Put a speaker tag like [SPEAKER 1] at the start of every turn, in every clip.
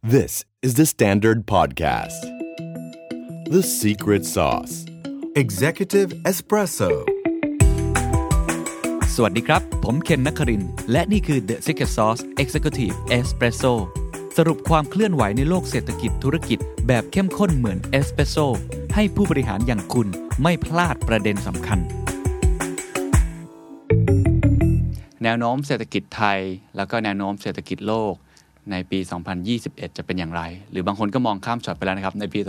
[SPEAKER 1] This is the Standard Podcast. The Secret Sauce Executive Espresso.
[SPEAKER 2] สวัสดีครับ ผมเคนนักครินทร์และนี่คือ The Secret Sauce Executive Espresso สรุปความเคลื่อนไหวในโลกเศรษฐกิจธุรกิจแบบเข้มข้นเหมือนเอสเปรสโซให้ผู้บริหารอย่างคุณไม่พลาดประเด็นสำคัญ แนวโน้มเศรษฐกิจไทย แล้วก็แนวโน้มเศรษฐกิจโลกในปี 2021 จะเป็นอย่างไร หรือบางคนก็มองข้ามช็อตไปแล้วนะครับ ในปี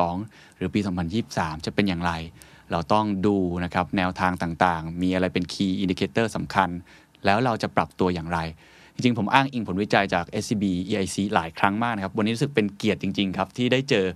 [SPEAKER 2] 2022 หรือปี 2023 จะเป็นอย่างไร เราต้องดูนะครับแนวทางต่างๆ มีอะไรเป็น Key Indicator สำคัญ แล้วเราจะปรับตัวอย่างไร จริงๆ ผมอ้างอิงผลวิจัยจาก SCB EIC หลายครั้งมากนะครับ วันนี้รู้สึกเป็นเกียรติจริง ๆ ครับ ที่ได้เจอ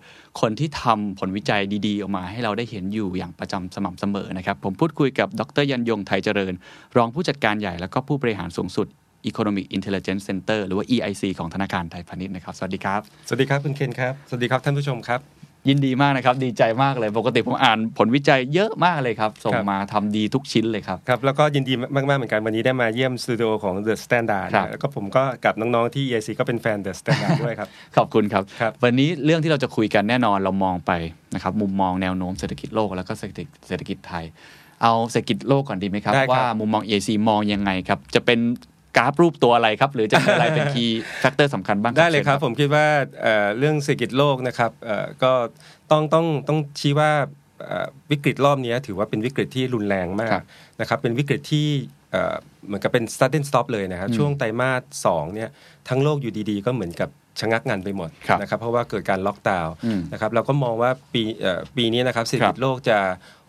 [SPEAKER 2] คนที่ทำผลวิจัยดีๆ ออกมาให้เราได้เห็นอยู่อย่างประจำสม่ำเสมอนะครับ ผมพูดคุยกับดรยันยงไทยเจริญ รองผู้จัดการใหญ่แล้วก็ผู้บริหารสูงสุด Economic Intelligence Center หรือว่า EIC ของธนาคารไทยพาณิชย์นะครับ สวัสดีครับ
[SPEAKER 3] สวัสดีครับคุณเคนครับ สวัสดีครับท่านผู้ชมครับ
[SPEAKER 2] ยินดีมากนะครับ ดีใจมากเลย ปกติผมอ่านผลวิจัยเยอะมากเลยครับ ส่ง
[SPEAKER 3] ครับ
[SPEAKER 2] มาทำดีทุกชิ้นเลยครับ
[SPEAKER 3] ครับ แล้วก็ยินดีมาก ๆ เหมือนกันวันนี้ได้มาเยี่ยมสตูดิโอของ The Standard
[SPEAKER 2] ครับ
[SPEAKER 3] แล้วก็ผมก็กับน้อง ๆ ที่ EIC ก็เป็นแฟน The Standard ด้วยครับ
[SPEAKER 2] ขอบคุณครับ
[SPEAKER 3] ครับ
[SPEAKER 2] วันนี้เรื่องที่เราจะคุยกันแน่นอนเรามองไปนะครับมุมมองแนวโน้มเศรษฐกิจโลกแล้วก็เศรษฐกิจเศรษฐกิจไทย เอาเศรษฐกิจโลกก่อนดีไหมครับ
[SPEAKER 3] ได้ครับ
[SPEAKER 2] ว่ามุมมอง EIC มองยังไงครับ จะเป็นกราฟรูปตัวอะไรครับ หรือจะเป็นอะไรเป็น key factor สำคัญบ้าง
[SPEAKER 3] ได้เลยครับ
[SPEAKER 2] ชิญ
[SPEAKER 3] ผมคิดว่าเอ่อเรื่องเศรษฐกิจโลกนะครับเอ่อก็ต้องต้องต้องชี้ว่าเอ่อวิกฤตรอบนี้ถือว่าเป็นวิกฤตที่รุนแรงมา
[SPEAKER 2] ครั
[SPEAKER 3] ก
[SPEAKER 2] บ
[SPEAKER 3] นะครับเป็นวิกฤตที่เอ่อเหมือนกับเป็น sudden stop เลยนะครับช่วงไตรมาสสองเนี่ยทั้งโลกอยู่ดีๆ ก็เหมือนกับชะงักงันไปหมด
[SPEAKER 2] ครับ
[SPEAKER 3] นะครับเพราะว่าเกิดการล็อกดาวน์
[SPEAKER 2] อืม
[SPEAKER 3] นะครับเราก็มองว่าปีเอ่อปีนี้นะครับเศรษฐ
[SPEAKER 2] ครั
[SPEAKER 3] กิจ
[SPEAKER 2] บ
[SPEAKER 3] โลกจะ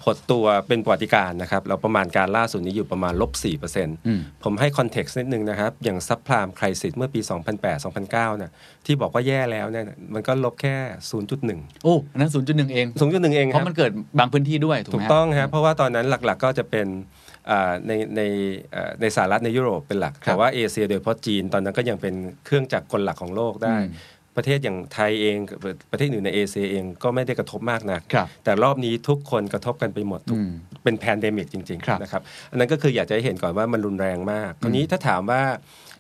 [SPEAKER 3] หดตัวเป็นประวัติการณ์นะครับเราประมาณการล่าสุดนี้อยู่ประมาณลบ4%เปอร์เซ็นต์
[SPEAKER 2] อืม
[SPEAKER 3] ผมให้คอนเท็กซ์นิดนึงนะครับ อย่างซับพลามไครสิสเมื่อปี 2008-2009เนี่ยที่บอกว่าแย่แล้วเนี่ยมันก็ลบแค่ 0.1
[SPEAKER 2] โอ้อันนั้นศูนย์จุดหนึ่งเอง
[SPEAKER 3] 0.1 เอง
[SPEAKER 2] เพ
[SPEAKER 3] ครั
[SPEAKER 2] ราะ
[SPEAKER 3] บ
[SPEAKER 2] มันเกิดบางพื้นที่ด้วยถูก
[SPEAKER 3] ถู
[SPEAKER 2] ไหม
[SPEAKER 3] ก
[SPEAKER 2] ฮะ
[SPEAKER 3] ต้องครับเพราะว่าตอนนั้นหลักๆก็จะเป็นอ่าในในเอ่อในสหรัฐในยุโรปเป็นหลัก
[SPEAKER 2] ครับ
[SPEAKER 3] แต่ว่าเอเชียโดยเฉพาะจีนตอนนั้นก็ยังเป็นเครื่องจักรกลหลักของโลกได้
[SPEAKER 2] อืม
[SPEAKER 3] ประเทศอย่างไทยเองประเทศอื่นในเอเชียเองก็ไม่ได้กระทบมากนัก
[SPEAKER 2] ครับ
[SPEAKER 3] แต่รอบนี้ทุกคนกระทบกันไปหมดทุก
[SPEAKER 2] อืม
[SPEAKER 3] เป็นแพนเดมิกจริง
[SPEAKER 2] ครับ
[SPEAKER 3] ๆนะครับอันนั้นก็คืออยากจะให้เห็นก่อนว่ามันรุนแรงมากคราวนี้ถ้าถามว่า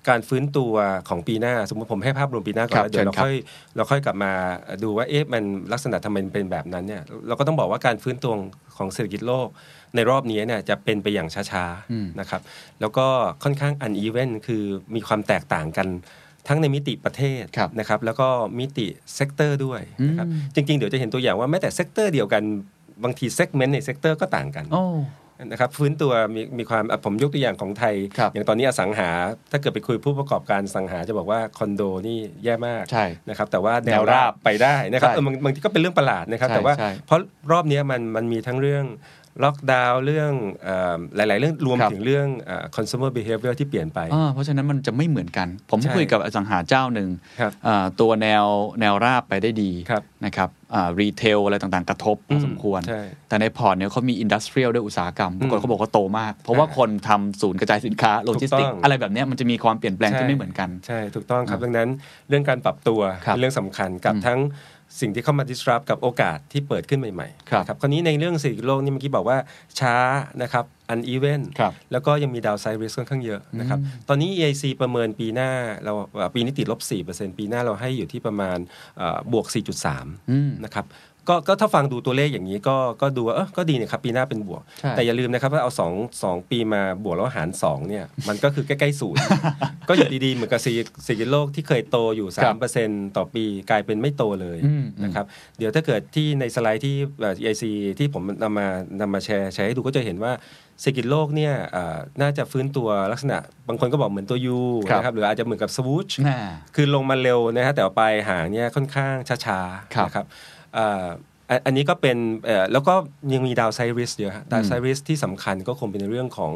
[SPEAKER 3] การฟื้นตัวของปีหน้า สมมติผมให้ภาพรวมปีหน้าก่อน
[SPEAKER 2] ครับ
[SPEAKER 3] แล้วเดี๋ยวเรา
[SPEAKER 2] เชิญครับ
[SPEAKER 3] ค่อย เราค่อยกลับมาดูว่าเอ๊ะมันลักษณะทำไมมันเป็นแบบนั้นเนี่ยเราก็ต้องบอกว่าการฟื้นตัวของเศรษฐกิจโลก ในรอบนี้เนี่ยจะเป็นไปอย่างช้า
[SPEAKER 2] อืม
[SPEAKER 3] ๆนะครับแล้วก็ค่อนข้างอันอีเวนคือมีความแตกต่างกันทั้งในมิติประเทศ
[SPEAKER 2] ครับ
[SPEAKER 3] นะครับแล้วก็มิติเซกเตอร์ด้วยนะครับ
[SPEAKER 2] อืม
[SPEAKER 3] จริงๆ เดี๋ยวจะเห็นตัวอย่างว่าแม้แต่เซกเตอร์เดียวกันบางทีเซกเมนต์ในเซกเตอร์ก็ต่างกัน
[SPEAKER 2] โอ้
[SPEAKER 3] นะครับฟื้นตัวมีมีความอ่ะผมยกตัวอย่างของไทย
[SPEAKER 2] ครับ
[SPEAKER 3] อย่างตอนนี้อสังหา ถ้าเกิดไปคุยผู้ประกอบการสังหาจะบอกว่าคอนโดนี่แย่มาก
[SPEAKER 2] ใช่
[SPEAKER 3] นะครับแต่ว่าแน
[SPEAKER 2] แนว
[SPEAKER 3] ว
[SPEAKER 2] รา
[SPEAKER 3] รา
[SPEAKER 2] บบ
[SPEAKER 3] ไปได้นะครับ
[SPEAKER 2] ใช่
[SPEAKER 3] เออบางบางทีก็เป็นเรื่องประหลาดนะครับ
[SPEAKER 2] ใช่
[SPEAKER 3] แต่ว่า
[SPEAKER 2] ใช่
[SPEAKER 3] เพราะรอบเนี้ยมันมันมีทั้งเรื่องล็อกดาวน์เรื่องเอ่อหลาย ๆ เรื่องรวม
[SPEAKER 2] ครับ
[SPEAKER 3] ถึงเรื่องเอ่อ consumer behavior ที่เปลี่ยนไป
[SPEAKER 2] อ่าเพราะฉะนั้นมันจะไม่เหมือนกัน ผม
[SPEAKER 3] ใช่
[SPEAKER 2] คุยกับอสังหาเจ้าหนึ่ง
[SPEAKER 3] ครับ
[SPEAKER 2] อ่าตัวแนวแนวราบไปได้ดี
[SPEAKER 3] ครับ
[SPEAKER 2] นะครับรีเทลอะไรต่างๆ กระทบพอสมควร
[SPEAKER 3] ใช่
[SPEAKER 2] แต่ในพอร์ตเนี่ยเขามีอินดัสเทรียลด้วยอุตสาหกรรมปรากฏ
[SPEAKER 3] อืม
[SPEAKER 2] เขาบอกว่าโตมาก เพราะว่า
[SPEAKER 3] อ่า
[SPEAKER 2] คนทำศูนย์กระจายสินค้าโลจิสติก
[SPEAKER 3] ถูกต้อง
[SPEAKER 2] อะไรแบบเนี้ยมันจะมีความเปลี่ยนแปลงที่ไม่เหมือนกัน
[SPEAKER 3] ใช่ ถูกต้องครับดังนั้นเรื่องการปรับตัว
[SPEAKER 2] ครับ
[SPEAKER 3] เป็นเรื่องสำคัญกับทั้งสิ่งที่เข้ามา disrupt กับโอกาสที่เปิดขึ้นใหม่ๆ
[SPEAKER 2] ครับ
[SPEAKER 3] นะคราวนี้ในเรื่องเศรษฐกิจโลกนี่เมื่อกี้บอกว่าช้านะครับ uneven
[SPEAKER 2] ครับ
[SPEAKER 3] แล้วก็ยังมีดาวไซริสค่อนข้างเยอะนะครับตอนนี้ EIC ประเมินปีหน้าเราเอ่อปีนี้ติดลบ 4%ปีหน้าเราให้อยู่ที่ประมาณเอ่อบวก
[SPEAKER 2] อืม
[SPEAKER 3] 4.3 นะครับก็ก็ถ้าฟังดูตัวเลขอย่างนี้ก็ก็ดูว่าเออก็ดีนะครับปีหน้าเป็นบวก
[SPEAKER 2] ใช่
[SPEAKER 3] แต่อย่าลืมนะครับว่าเอาสองสองปีมาบวกแล้วหารสองเนี่ยมันก็คือใกล้ๆศูนย์ ก็อยู่ดีๆ เหมือนกับเศรษฐกิจเศรษฐกิจโลกที่เคยโตอยู่
[SPEAKER 2] ครับ
[SPEAKER 3] 3%ต่อปีกลายเป็นไม่โตเลย
[SPEAKER 2] อืม
[SPEAKER 3] นะครับเดี๋ยวถ้าเกิดที่ในสไลด์ที่เอ่อ EIC ที่ผมนำมานำมาแชร์แชร์ให้ดูก็จะเห็นว่าเศรษฐกิจโลกเนี่ยเอ่อน่าจะฟื้นตัวลักษณะ บางคนก็บอกเหมือนตัวยู
[SPEAKER 2] ครับ
[SPEAKER 3] นะครับหรืออาจจะเหมือนกับสวูช
[SPEAKER 2] น่า
[SPEAKER 3] คือลงมาเร็วนะฮะแต่ว่าปลายหางเนี่ยค่อนข้างช้า
[SPEAKER 2] ครับ
[SPEAKER 3] ๆนะครับเอ่ออันอันนี้ก็เป็นเอ่อแล้วก็ยังมีดาวไซริสเยอะฮะดาวไซริสที่สำคัญก็คงเป็นในเรื่องของ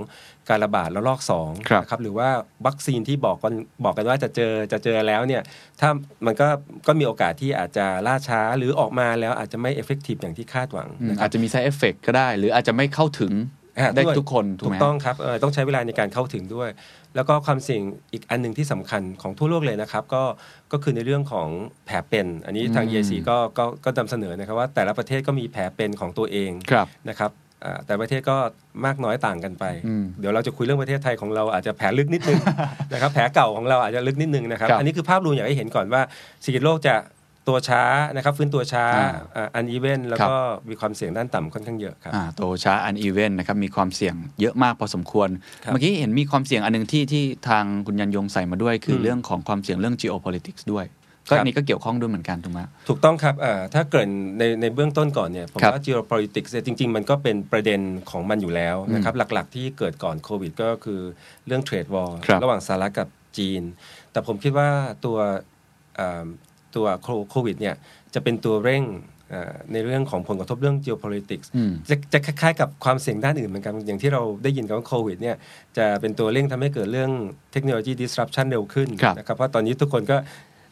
[SPEAKER 3] การระบาดระลอกสอง
[SPEAKER 2] ครับ
[SPEAKER 3] นะครับหรือว่าวัคซีนที่บอกกันบอกกันว่าจะเจอจะเจอแล้วเนี่ยถ้ามันก็ก็มีโอกาสที่อาจจะล่าช้าหรือออกมาแล้วอาจจะไม่เอฟเฟกตีฟอย่างที่คาดหวังนะค
[SPEAKER 2] อา
[SPEAKER 3] รับ
[SPEAKER 2] จจะมี side effect ก็ได้ หรืออาจจะไม่เข้าถึง
[SPEAKER 3] อ่ะ
[SPEAKER 2] ได้
[SPEAKER 3] ด้วย
[SPEAKER 2] ทุกคนถูก
[SPEAKER 3] ถู
[SPEAKER 2] ไห
[SPEAKER 3] ก
[SPEAKER 2] ม
[SPEAKER 3] ต้องครับเอ่อต้องใช้เวลาในการเข้าถึงด้วย แล้วก็ความเสี่ยงอีกอันหนึ่งที่สำคัญของทั่วโลกเลยนะครับ ก็ก็คือในเรื่องของแผลเป็น อันนี้ทาง
[SPEAKER 2] อืม
[SPEAKER 3] EIC ก็ก็ก็นำเสนอนะครับว่าแต่ละประเทศก็มีแผลเป็นของตัวเอง
[SPEAKER 2] ครับ
[SPEAKER 3] นะครับ อ่าแต่ประเทศก็มากน้อยต่างกันไป
[SPEAKER 2] อืม
[SPEAKER 3] เดี๋ยวเราจะคุยเรื่องประเทศไทยของเราอาจจะแผลลึกนิด นึง นะครับแผลเก่าของเราอาจจะลึกนิดนึงนะครับ
[SPEAKER 2] ครับ
[SPEAKER 3] อันนี้คือภาพรวมอยากให้เห็นก่อนว่าเศรษฐกิจโลกจะตัวช้านะครับฟื้นตัวช้า
[SPEAKER 2] อ่า
[SPEAKER 3] อันอีเวนแล้ว
[SPEAKER 2] ครับ
[SPEAKER 3] ก็มีความเสี่ยงด้านต่ำค่อนข้างเยอะครับ
[SPEAKER 2] อ่าโตช้าอันอีเวนนะครับมีความเสี่ยงเยอะมากพอสมควร
[SPEAKER 3] ครับ
[SPEAKER 2] เมื่อกี้เห็นมีความเสี่ยงอันหนึงที่ที่ทางคุณยันยงใส่มาด้วย คืออ
[SPEAKER 3] ม
[SPEAKER 2] เรื่องของความเสี่ยงเรื่อง geopolitics ด้วย ก็
[SPEAKER 3] ครับ
[SPEAKER 2] อันนี้ก็เกี่ยวข้องด้วยเหมือนกันถูกไหม
[SPEAKER 3] ถูกต้องครับเอ่อถ้าเกริดในในเบื้องต้นก่อนเนี่ยผม
[SPEAKER 2] ครับ
[SPEAKER 3] ว่า geopolitics เนี่ยจริง ๆ มันก็เป็นประเด็นของมันอยู่แล้วนะครับหลักๆ ที่เกิดก่อนโควิดก็คือเรื่องเทรดวอล
[SPEAKER 2] ครับ
[SPEAKER 3] ระหว่างสหรัฐกับจีน แต่ผมคิดว่าตัวเอ่อตัวโควิดเนี่ยจะเป็นตัวเร่งเอ่อในเรื่องของผลกระทบเรื่อง geopolitics
[SPEAKER 2] อืม
[SPEAKER 3] จะจะคล้ายๆกับความเสี่ยงด้านอื่นเหมือนกันอย่างที่เราได้ยินกันว่าโควิดเนี่ยจะเป็นตัวเร่งทำให้เกิดเรื่องเทคโนโลยี disruption เร็วขึ้น
[SPEAKER 2] ครับ
[SPEAKER 3] นะครับเพราะตอนนี้ทุกคนก็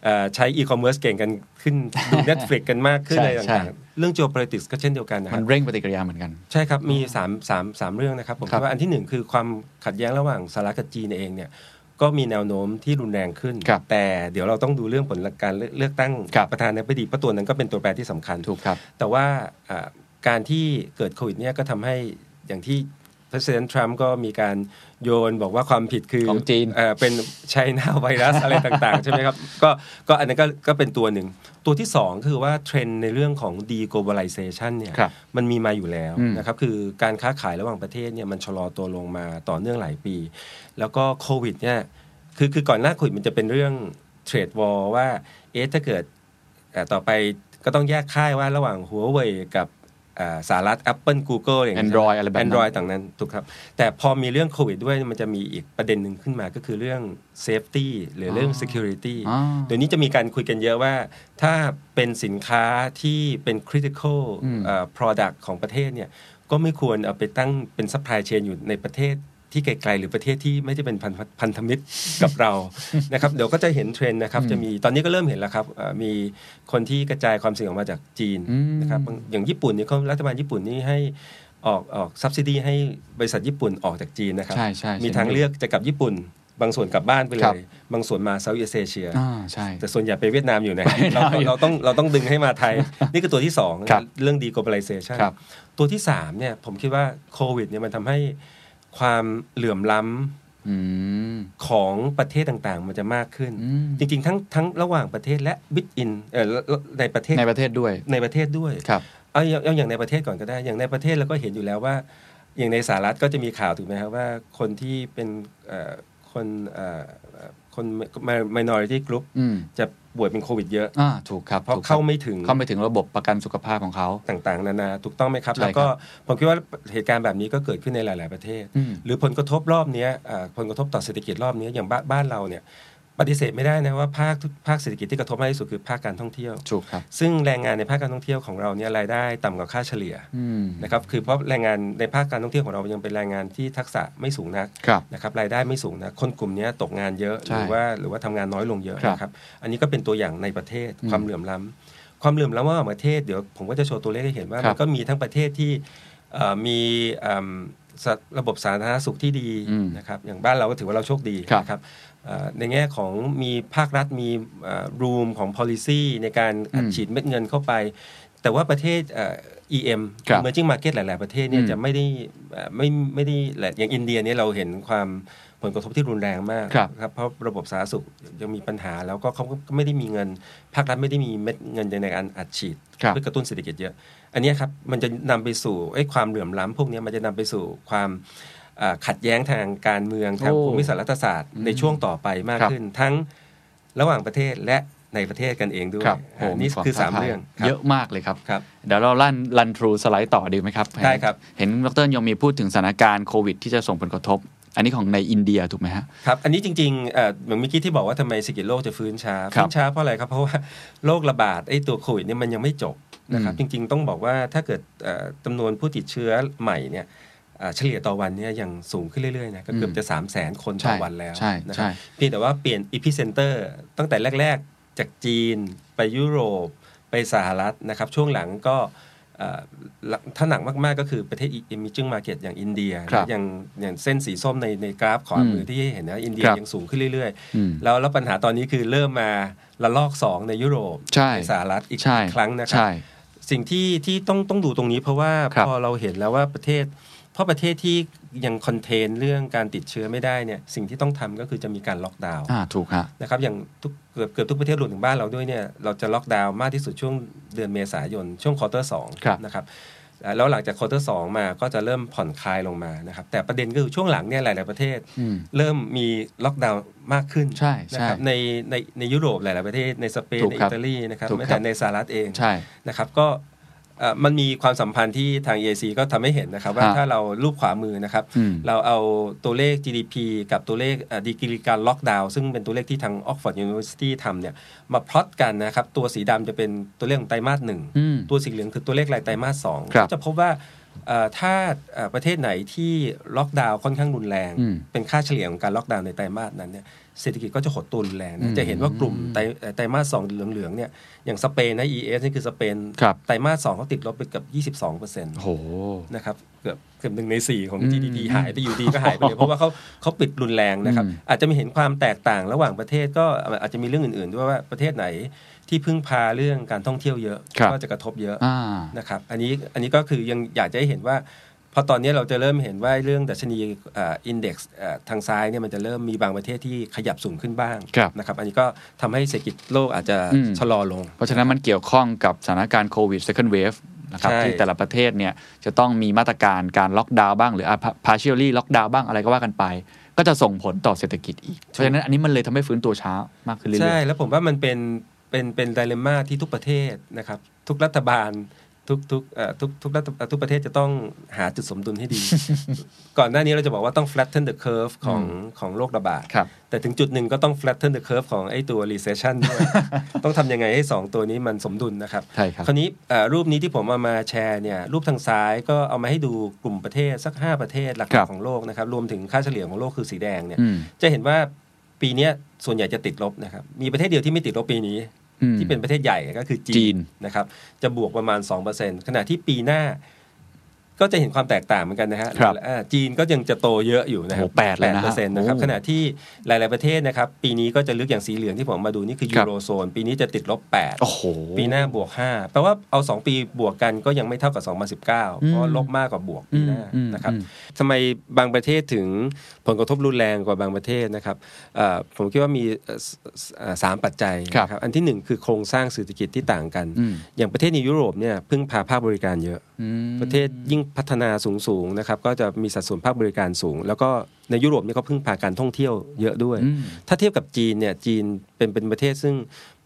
[SPEAKER 3] เอ่อใช้อีคอมเมิร์ซเก่งกัน ขึ้น ดู Netflix กันมากขึ้น
[SPEAKER 2] ใช่
[SPEAKER 3] อะไร
[SPEAKER 2] ใช่
[SPEAKER 3] ต่างๆ เรื่อง geopolitics ก็เช่นเดียวกันนะค
[SPEAKER 2] มั
[SPEAKER 3] รั
[SPEAKER 2] น
[SPEAKER 3] บ
[SPEAKER 2] เร่งปฏิกิริยาเหมือนกัน
[SPEAKER 3] ใช่ครับ มี3ามสามสามเรื่องนะครับ ผม
[SPEAKER 2] ครั
[SPEAKER 3] คิ
[SPEAKER 2] บ
[SPEAKER 3] ดว่าอันที่หนึ่งคือความขัดแย้งระหว่างสหรัฐกับจีนเองเนี่ยก็มีแนวโน้มที่รุนแรงขึ้น
[SPEAKER 2] ครับ
[SPEAKER 3] แต่เดี๋ยวเราต้องดูเรื่องผลการเลือกเลือกตั้ง
[SPEAKER 2] ครับ
[SPEAKER 3] ประธานาธิบดีเพราะตัวนั้นก็เป็นตัวแปรที่สำคัญ
[SPEAKER 2] ถูกครับ
[SPEAKER 3] แต่ว่าอ่าการที่เกิดโควิดเนี่ยก็ทำให้อย่างที่ President Trump ก็มีการโยนบอกว่าความผิดคือ
[SPEAKER 2] ของจีน
[SPEAKER 3] เอ่อเป็น China virus อะไรต่าง ๆ ใช่ไหมครับก็ก็อันนั้นก็ก็เป็นตัวหนึ่ง ตัวที่สองคือว่าเทรนด์ในเรื่องของ deglobalization เนี่ย
[SPEAKER 2] ครับ
[SPEAKER 3] มันมีมาอยู่แล้ว
[SPEAKER 2] อืม
[SPEAKER 3] นะครับคือการค้าขายระหว่างประเทศเนี่ยมันชะลอตัวลงมาต่อเนื่องหลายปี แล้วก็โควิดเนี่ยคือคือก่อนหน้าโควิดมันจะเป็นเรื่องเทรดวอลว่าเอ๊ะถ้าเกิด เอ่อต่อไปก็ต้องแยกค่ายว่าระหว่างหัวเว่ยกับเอ่อสหรัฐ Apple Google อย่าง
[SPEAKER 2] Android อะไรแบบนั้น
[SPEAKER 3] แอนดรอยต่างนั้นถูกครับ แต่พอมีเรื่องโควิดด้วยมันจะมีอีกประเด็นหนึ่งขึ้นมาก็คือเรื่อง Safety หรือเรื่อง Security
[SPEAKER 2] อ๋อ
[SPEAKER 3] เดี๋ยวนี้จะมีการคุยกันเยอะว่าถ้าเป็นสินค้าที่เป็น critical
[SPEAKER 2] อืม
[SPEAKER 3] เอ่อ product ของประเทศเนี่ยก็ไม่ควรเอาไปตั้งเป็น supply chain อยู่ในประเทศที่ไกลๆ หรือประเทศที่ไม่ได้เป็นพันพันธมิตรกับ เรา นะครับเดี๋ยวก็จะเห็นเทรนด์นะครับ จะมีตอนนี้ก็เริ่มเห็นแล้วครับเอ่อมีคนที่กระจายความเสี่ยงออกมาจากจีน
[SPEAKER 2] อืม
[SPEAKER 3] นะครับบางอย่างญี่ปุ่นเนี่ยเขารัฐบาลญี่ปุ่นนี่ให้ออกออก subsidy ให้บริษัทญี่ปุ่นออกจากจีนนะครับ
[SPEAKER 2] ใช่ใช่
[SPEAKER 3] มีทางเลือกจะกลับญี่ปุ่น บางส่วนกลับบ้านไปเล
[SPEAKER 2] ครับ
[SPEAKER 3] ย บางส่วนมาเซาท์อีสเอเชีย
[SPEAKER 2] อ่าใช่
[SPEAKER 3] แต่ส่วนใหญ่ไปเวียดนามอยู่นะ
[SPEAKER 2] ไปเวียด
[SPEAKER 3] เรา
[SPEAKER 2] นามอยู่
[SPEAKER 3] เราต้องเราต้องดึงให้มาไทย นี่คือตัวที่สอง
[SPEAKER 2] ครับ
[SPEAKER 3] เรื่อง deglobalization
[SPEAKER 2] ครับ
[SPEAKER 3] ตัวที่สามเนี่ยผมคิดว่าโควิดเนี่ยมันทำให้ความเหลื่อมล้ำ
[SPEAKER 2] อืม
[SPEAKER 3] ของประเทศต่างๆ มันจะมากขึ้น
[SPEAKER 2] อืม
[SPEAKER 3] จริงๆ ทั้งทั้งระหว่างประเทศและ within เอ่อและในประเทศ
[SPEAKER 2] ในประเทศด้วย
[SPEAKER 3] ในประเทศด้วย
[SPEAKER 2] ครับ
[SPEAKER 3] เอาอย่างเอาอย่างในประเทศก่อนก็ได้ อย่างในประเทศเราก็เห็นอยู่แล้วว่า อย่างในสหรัฐก็จะมีข่าวถูกไหมครับว่าคนที่เป็นเอ่อคนเอ่อเอ่อคน minority group
[SPEAKER 2] อืม
[SPEAKER 3] จะป่วยเป็นโควิดเยอะ
[SPEAKER 2] อ่าถูกครับ
[SPEAKER 3] เพราะ
[SPEAKER 2] ถูกคบ
[SPEAKER 3] เข้าไม่ถึง
[SPEAKER 2] เข้าไม่ถึงระบบประกันสุขภาพของเขา
[SPEAKER 3] ต่างๆ นานาถูกต้องไหมครับ
[SPEAKER 2] ใช่ครับ
[SPEAKER 3] แล้วก็ผมคิดว่าเหตุการณ์แบบนี้ก็เกิดขึ้นในหลาย ๆ ประเทศ
[SPEAKER 2] อืม
[SPEAKER 3] หรือผลกระทบรอบเนี้ยเอ่อผลกระทบต่อเศรษฐกิจรอบเนี้ยอย่างบ้านบ้านเราเนี่ยปฏิเสธไม่ได้นะว่าภาคทุกภาคเศรษฐกิจที่กระทบมากที่สุดคือภาคการท่องเที่ยว
[SPEAKER 2] ถูกครับ
[SPEAKER 3] ซึ่งแรงงานในภาคการท่องเที่ยวของเราเนี่ยรายได้ต่ำกว่าค่าเฉลี่ย
[SPEAKER 2] อืม
[SPEAKER 3] นะครับคือเพราะแรงงานในภาคการท่องเที่ยวของเรายังเป็นแรงงานที่ทักษะไม่สูงนัก
[SPEAKER 2] ครับ
[SPEAKER 3] นะครับรายได้ไม่สูงนะคนกลุ่มเนี้ยตกงานเยอะ
[SPEAKER 2] ใช่
[SPEAKER 3] หรือว่าหรือว่าทำงานน้อยลงเยอะ
[SPEAKER 2] ครับ
[SPEAKER 3] นะครับอันนี้ก็เป็นตัวอย่างในประเทศ
[SPEAKER 2] อืม
[SPEAKER 3] ความเหลื่อมล้ำความเหลื่อมล้ำว่าประเทศเดี๋ยวผมก็จะโชว์ตัวเลขให้เห็นว่า
[SPEAKER 2] ครั
[SPEAKER 3] มั
[SPEAKER 2] บ
[SPEAKER 3] นก็มีทั้งประเทศที่เอ่อมีเอิ่มสะระบบสาธารณสุขที่ดี
[SPEAKER 2] อืม
[SPEAKER 3] นะครับอย่างบ้านเราก็ถือว่าเราโชคดี
[SPEAKER 2] ครับ
[SPEAKER 3] นะครับ เอ่อในแง่ของมีภาครัฐมีรูมของ policy ในการอัด
[SPEAKER 2] อืม
[SPEAKER 3] ฉีดเม็ดเงินเข้าไป แต่ว่าประเทศเอ่อ EM
[SPEAKER 2] ครับ
[SPEAKER 3] emerging market หลาย ๆ ประเทศเนี่ย
[SPEAKER 2] อืม
[SPEAKER 3] จะไม่ได้เอ่อไม่ไม่ได้แหละอย่างอินเดียเนี่ยเราเห็นความผลกระทบที่รุนแรงมาก
[SPEAKER 2] ครับ
[SPEAKER 3] เพราะระบบสาธารณสุขยังมีปัญหา แล้วก็เขาก็ไม่ได้มีเงิน ภาครัฐไม่ได้มีเม็ดเงินในการอัดฉีด
[SPEAKER 2] ครับ
[SPEAKER 3] เพื่อกระตุ้นเศรษฐกิจเยอะ อันเนี้ยครับมันจะนำไปสู่ไอ้ยความเหลื่อมล้ำพวกเนี้ยมันจะนำไปสู่ความเอ่อขัดแย้งทางการเมืองทาง
[SPEAKER 2] โอ้
[SPEAKER 3] ภูมิศาสตร์รัฐศาสตร์ในช่วงต่อไปมาก
[SPEAKER 2] ครับ
[SPEAKER 3] ขึ้น ทั้งระหว่างประเทศและในประเทศกันเองด้วย
[SPEAKER 2] ครับ
[SPEAKER 3] อ่านี่
[SPEAKER 2] โ
[SPEAKER 3] คือสาม
[SPEAKER 2] ท้ทย
[SPEAKER 3] เรื่อง
[SPEAKER 2] เยอะมากเลยครับ
[SPEAKER 3] ครับ
[SPEAKER 2] เดี๋ยวเราลั่นลันทรูสไลด์ต่อดีไหมครับ
[SPEAKER 3] ได้ครับ
[SPEAKER 2] เห็นดรยงมีพูดถึงสถานการณ์โควิดที่จะส่งผลกระทบ อันนี้ของในอินเดียถูกไหมฮะ
[SPEAKER 3] ครับ อันนี้จริงๆเอ่อเหมือนเมื่อกี้ที่บอกว่าทำไมเศรษฐกิจโลกจะฟื้นช้า
[SPEAKER 2] ครับ
[SPEAKER 3] ฟื้นช้าเพราะอะไรครับ เพราะว่าโรคระบาดไอ้ตัวโควิดเนี่ยมันยังไม่จบนะครับ
[SPEAKER 2] อื
[SPEAKER 3] จ
[SPEAKER 2] ม
[SPEAKER 3] ริงๆต้องบอกว่าถ้าเกิดเอ่อจำนวนผู้ติดเชื้อใหม่เนี่ยเอ่อเฉลี่ยต่อวันเนี่ยยังสูงขึ้นเรื่อยๆนะก็เกือบ
[SPEAKER 2] อืม
[SPEAKER 3] จะ3 0 0 0 0 0 คนต่อวันแล้ว
[SPEAKER 2] ใช่
[SPEAKER 3] นะ
[SPEAKER 2] ใช่
[SPEAKER 3] ครับเพียงแต่ว่าเปลี่ยนอีพิเซนเตอร์ตั้งแต่แรก ๆ จากจีน ไปยุโรป ไปสหรัฐนะครับ ช่วงหลังก็เอ่อถ้าหนักมากๆก็คือประเทศอิมิจึงมาเก็ตอย่างอินเดีย
[SPEAKER 2] ครับ
[SPEAKER 3] อย่างอย่างเส้นสีส้มในในกราฟขวามือ
[SPEAKER 2] ม
[SPEAKER 3] ที่ให้เห็นนะอินเดีย
[SPEAKER 2] ครับ
[SPEAKER 3] ยังสูงขึ้นเรื่อย
[SPEAKER 2] อืม
[SPEAKER 3] ๆ แล้วแล้วปัญหาตอนนี้คือเริ่มมาละลอกสองในยุโรป
[SPEAKER 2] ใช่
[SPEAKER 3] นสหรัฐอีก
[SPEAKER 2] ใช่
[SPEAKER 3] ครั้งนะครั
[SPEAKER 2] ใช่
[SPEAKER 3] บ สิ่งที่ที่ต้องต้องดูตรงนี้เพราะว่า
[SPEAKER 2] ครับ
[SPEAKER 3] พอเราเห็นแล้วว่าประเทศ เพราะประเทศที่ยังคอนเทนเรื่องการติดเชื้อไม่ได้เนี่ยสิ่งที่ต้องทำก็คือจะมีการล็อกดาวน์
[SPEAKER 2] อ่าถูกฮะ
[SPEAKER 3] นะครับอย่างทุกเกือบเกือบทุกประเทศรวมถึงบ้านเราด้วยเนี่ยเราจะล็อกดาวน์มากที่สุดช่วงเดือนเมษายน ช่วงควอเตอร์สอง
[SPEAKER 2] ครับ
[SPEAKER 3] นะครับอ่าแล้วหลังจากควอเตอร์สองมาก็จะเริ่มผ่อนคลายลงมานะครับแต่ประเด็นก็คือช่วงหลังเนี่ยหลาย ๆประเทศ
[SPEAKER 2] อืม
[SPEAKER 3] เริ่มมีล็อกดาวน์มากขึ้น
[SPEAKER 2] ใช่ใช่
[SPEAKER 3] นะครับในในในยุโรปหลาย ๆ ประเทศในสเปน
[SPEAKER 2] ถูก
[SPEAKER 3] ใน
[SPEAKER 2] ครั
[SPEAKER 3] อิ
[SPEAKER 2] บ
[SPEAKER 3] ตาลีนะครับ
[SPEAKER 2] ถูกค
[SPEAKER 3] แม้
[SPEAKER 2] รั
[SPEAKER 3] แต่
[SPEAKER 2] บ
[SPEAKER 3] ในสหรัฐเอง
[SPEAKER 2] ใช่
[SPEAKER 3] นะครับก็เอ่อมันมีความสัมพันธ์ที่ทาง AIC ก็ทำให้เห็นนะครับว่า
[SPEAKER 2] ฮะ
[SPEAKER 3] ถ้าเรารูปขวามือนะครับ
[SPEAKER 2] อืม
[SPEAKER 3] เราเอาตัวเลข GDP กับตัวเลขดีกรีการล็อกดาวน์ซึ่งเป็นตัวเลขที่ทาง Oxford University ทำเนี่ยมาพลอตกันนะครับ ตัวสีดำจะเป็นตัวเลขของไตรมาสหนึ่ง
[SPEAKER 2] อืม
[SPEAKER 3] ตัวสีเหลืองคือตัวเลขรายไตรมาสสอง
[SPEAKER 2] ครับ
[SPEAKER 3] จะพบว่าเอ่อถ้าเอ่อประเทศไหนที่ล็อกดาวน์ค่อนข้างรุนแรง
[SPEAKER 2] อืม
[SPEAKER 3] เป็นค่าเฉลี่ยของการล็อกดาวน์ในไตรมาสนั้นเนี่ยเศรษฐกิจก็จะหดตัวรุนแรง
[SPEAKER 2] อื
[SPEAKER 3] นะ
[SPEAKER 2] ม
[SPEAKER 3] จะเห็นว่ากลุ่มไตรเอ่อไตรมาสสองเหลืองๆเนี่ยอย่างสเปนนะ ES นี่คือสเปน
[SPEAKER 2] ครับ
[SPEAKER 3] ไตรมาสสองเขาติดลบไปเกือบ22เปอร์เซ็นต์
[SPEAKER 2] โอ้โห
[SPEAKER 3] นะครับเกือบเกือบหนึ่งในสี่ของ
[SPEAKER 2] อืม
[SPEAKER 3] GDP หายไปอยู่ดีก็หายไปเลย เพราะว่าเขาเขาปิดรุนแรงนะครับ
[SPEAKER 2] อืม
[SPEAKER 3] อาจจะมีเห็นความแตกต่างระหว่างประเทศก็อาจจะมีเรื่องอื่นๆด้วยว่าประเทศไหนที่พึ่งพาเรื่องการท่องเที่ยวเยอะ
[SPEAKER 2] ครับ
[SPEAKER 3] ก็จะกระทบเยอะ
[SPEAKER 2] อ่า
[SPEAKER 3] นะครับอันนี้อันนี้ก็คือยังอยากจะให้เห็นว่าพอตอนนี้เราจะเริ่มเห็นว่าเรื่องดัชนีอินเด็กซ์ทางซ้ายเนี่ยมันจะเริ่มมีบางประเทศที่ขยับสูงขึ้นบ้าง
[SPEAKER 2] ครับ
[SPEAKER 3] นะครับอันนี้ก็ทำให้เศรษฐกิจโลกอาจจะ
[SPEAKER 2] อืม
[SPEAKER 3] ชะลอลง
[SPEAKER 2] เพราะฉะนั้นมันเกี่ยวข้องกับสถานการณ์โควิด second wave นะครับ
[SPEAKER 3] ใช่
[SPEAKER 2] ที่แต่ละประเทศเนี่ยจะต้องมีมาตรการการล็อกดาวน์บ้าง หรืออ่ะ partially ล็อกดาวน์บ้างอะไรก็ว่ากันไป ก็จะส่งผลต่อเศรษฐกิจอีก เพราะฉะนั้นอันนี้มันเลยทำให้ฟื้นตัวช้ามากขึ้นเรื่
[SPEAKER 3] ใช่
[SPEAKER 2] อย
[SPEAKER 3] แล้วผมว่ามันเป็นเป็นเป็นไดเลม่าที่ทุกประเทศนะครับ ทุกรัฐบาลทุกทุกเอ่อทุกทุกรัฐทุกประเทศจะต้องหาจุดสมดุล ให้ดี ก่อนหน้านี้เราจะบอกว่าต้อง flatten the curve ของของโรคระบาด
[SPEAKER 2] ๆ ครับ
[SPEAKER 3] แต่ถึงจุดหนึ่งก็ต้อง flatten the curve ของไอ้ตัว recession ด้วย ต้องทำยังไงให้ 2 ตัวนี้มันสมดุลนะครับ
[SPEAKER 2] ใช่ครับ
[SPEAKER 3] คราวนี้เอ่อรูปนี้ที่ผมเอามาแชร์เนี่ยรูปทางซ้ายก็เอามาให้ดูกลุ่มประเทศสัก 5 ประเทศหลั
[SPEAKER 2] ครั
[SPEAKER 3] ก
[SPEAKER 2] บ
[SPEAKER 3] ๆของโลกนะครับรวมถึงค่าเฉลี่ยของโลกคือสีแดงเนี่ย
[SPEAKER 2] อืม
[SPEAKER 3] จะเห็นว่าปีเนี้ยส่วนใหญ่จะติดลบนะครับ มีประเทศเดียวที่ไม่ติดลบปีนี้
[SPEAKER 2] อืม
[SPEAKER 3] ที่เป็นประเทศใหญ่ก็คือ
[SPEAKER 2] จี
[SPEAKER 3] จี
[SPEAKER 2] น
[SPEAKER 3] นนะครับ จะบวกประมาณ 2%ขณะที่ปีหน้า ก็จะเห็นความแตกต่างเหมือนกันนะฮะ
[SPEAKER 2] ครับ
[SPEAKER 3] อ่าจีนก็ยังจะโตเยอะอยู่นะครับ
[SPEAKER 2] โอ้แปดเลยนะฮะ
[SPEAKER 3] เปอร์เซ็นต์นะครับ
[SPEAKER 2] โอ้
[SPEAKER 3] ขณะที่หลาย ๆประเทศนะครับ ปีนี้ก็จะลึกอย่างสีเหลืองที่ผมมาดูนี่คือ
[SPEAKER 2] ค
[SPEAKER 3] ยู
[SPEAKER 2] รับ
[SPEAKER 3] โรโซน ปีนี้จะติดลบ 8
[SPEAKER 2] โอ้โห
[SPEAKER 3] ปีหน้าบวก 5 แปลว่าเอา 2 ปีบวกกันก็ยังไม่เท่ากับ 2019 เพราะลบมากกว่าบวกปีหน้า
[SPEAKER 2] อืม
[SPEAKER 3] นะครับ
[SPEAKER 2] อืม
[SPEAKER 3] ทำไมบางประเทศถึงผลกระทบรุนแรงกว่าบางประเทศนะครับเอ่อผมคิดว่ามีเอ่อสเอ่อสามปัจจัยนะครับอันทีหนึ่1 คือโครงสร้างเศรษฐกิจที่ต่างกัน
[SPEAKER 2] อืม
[SPEAKER 3] อย่างประเทศในยุโรปเนี่ยพึ่งพาภาคบริการเยอะ
[SPEAKER 2] อืม
[SPEAKER 3] ประเทศยิ่งพัฒนาสูงๆนะครับก็จะมีสัดส่วนภาคบริการสูง แล้วก็ในยุโรปเนี่ยก็พึ่งพาการท่องเที่ยวเยอะด้วย
[SPEAKER 2] อืม
[SPEAKER 3] ถ้าเทียบกับจีนเนี่ยจีนเป็นเป็นประเทศซึ่ง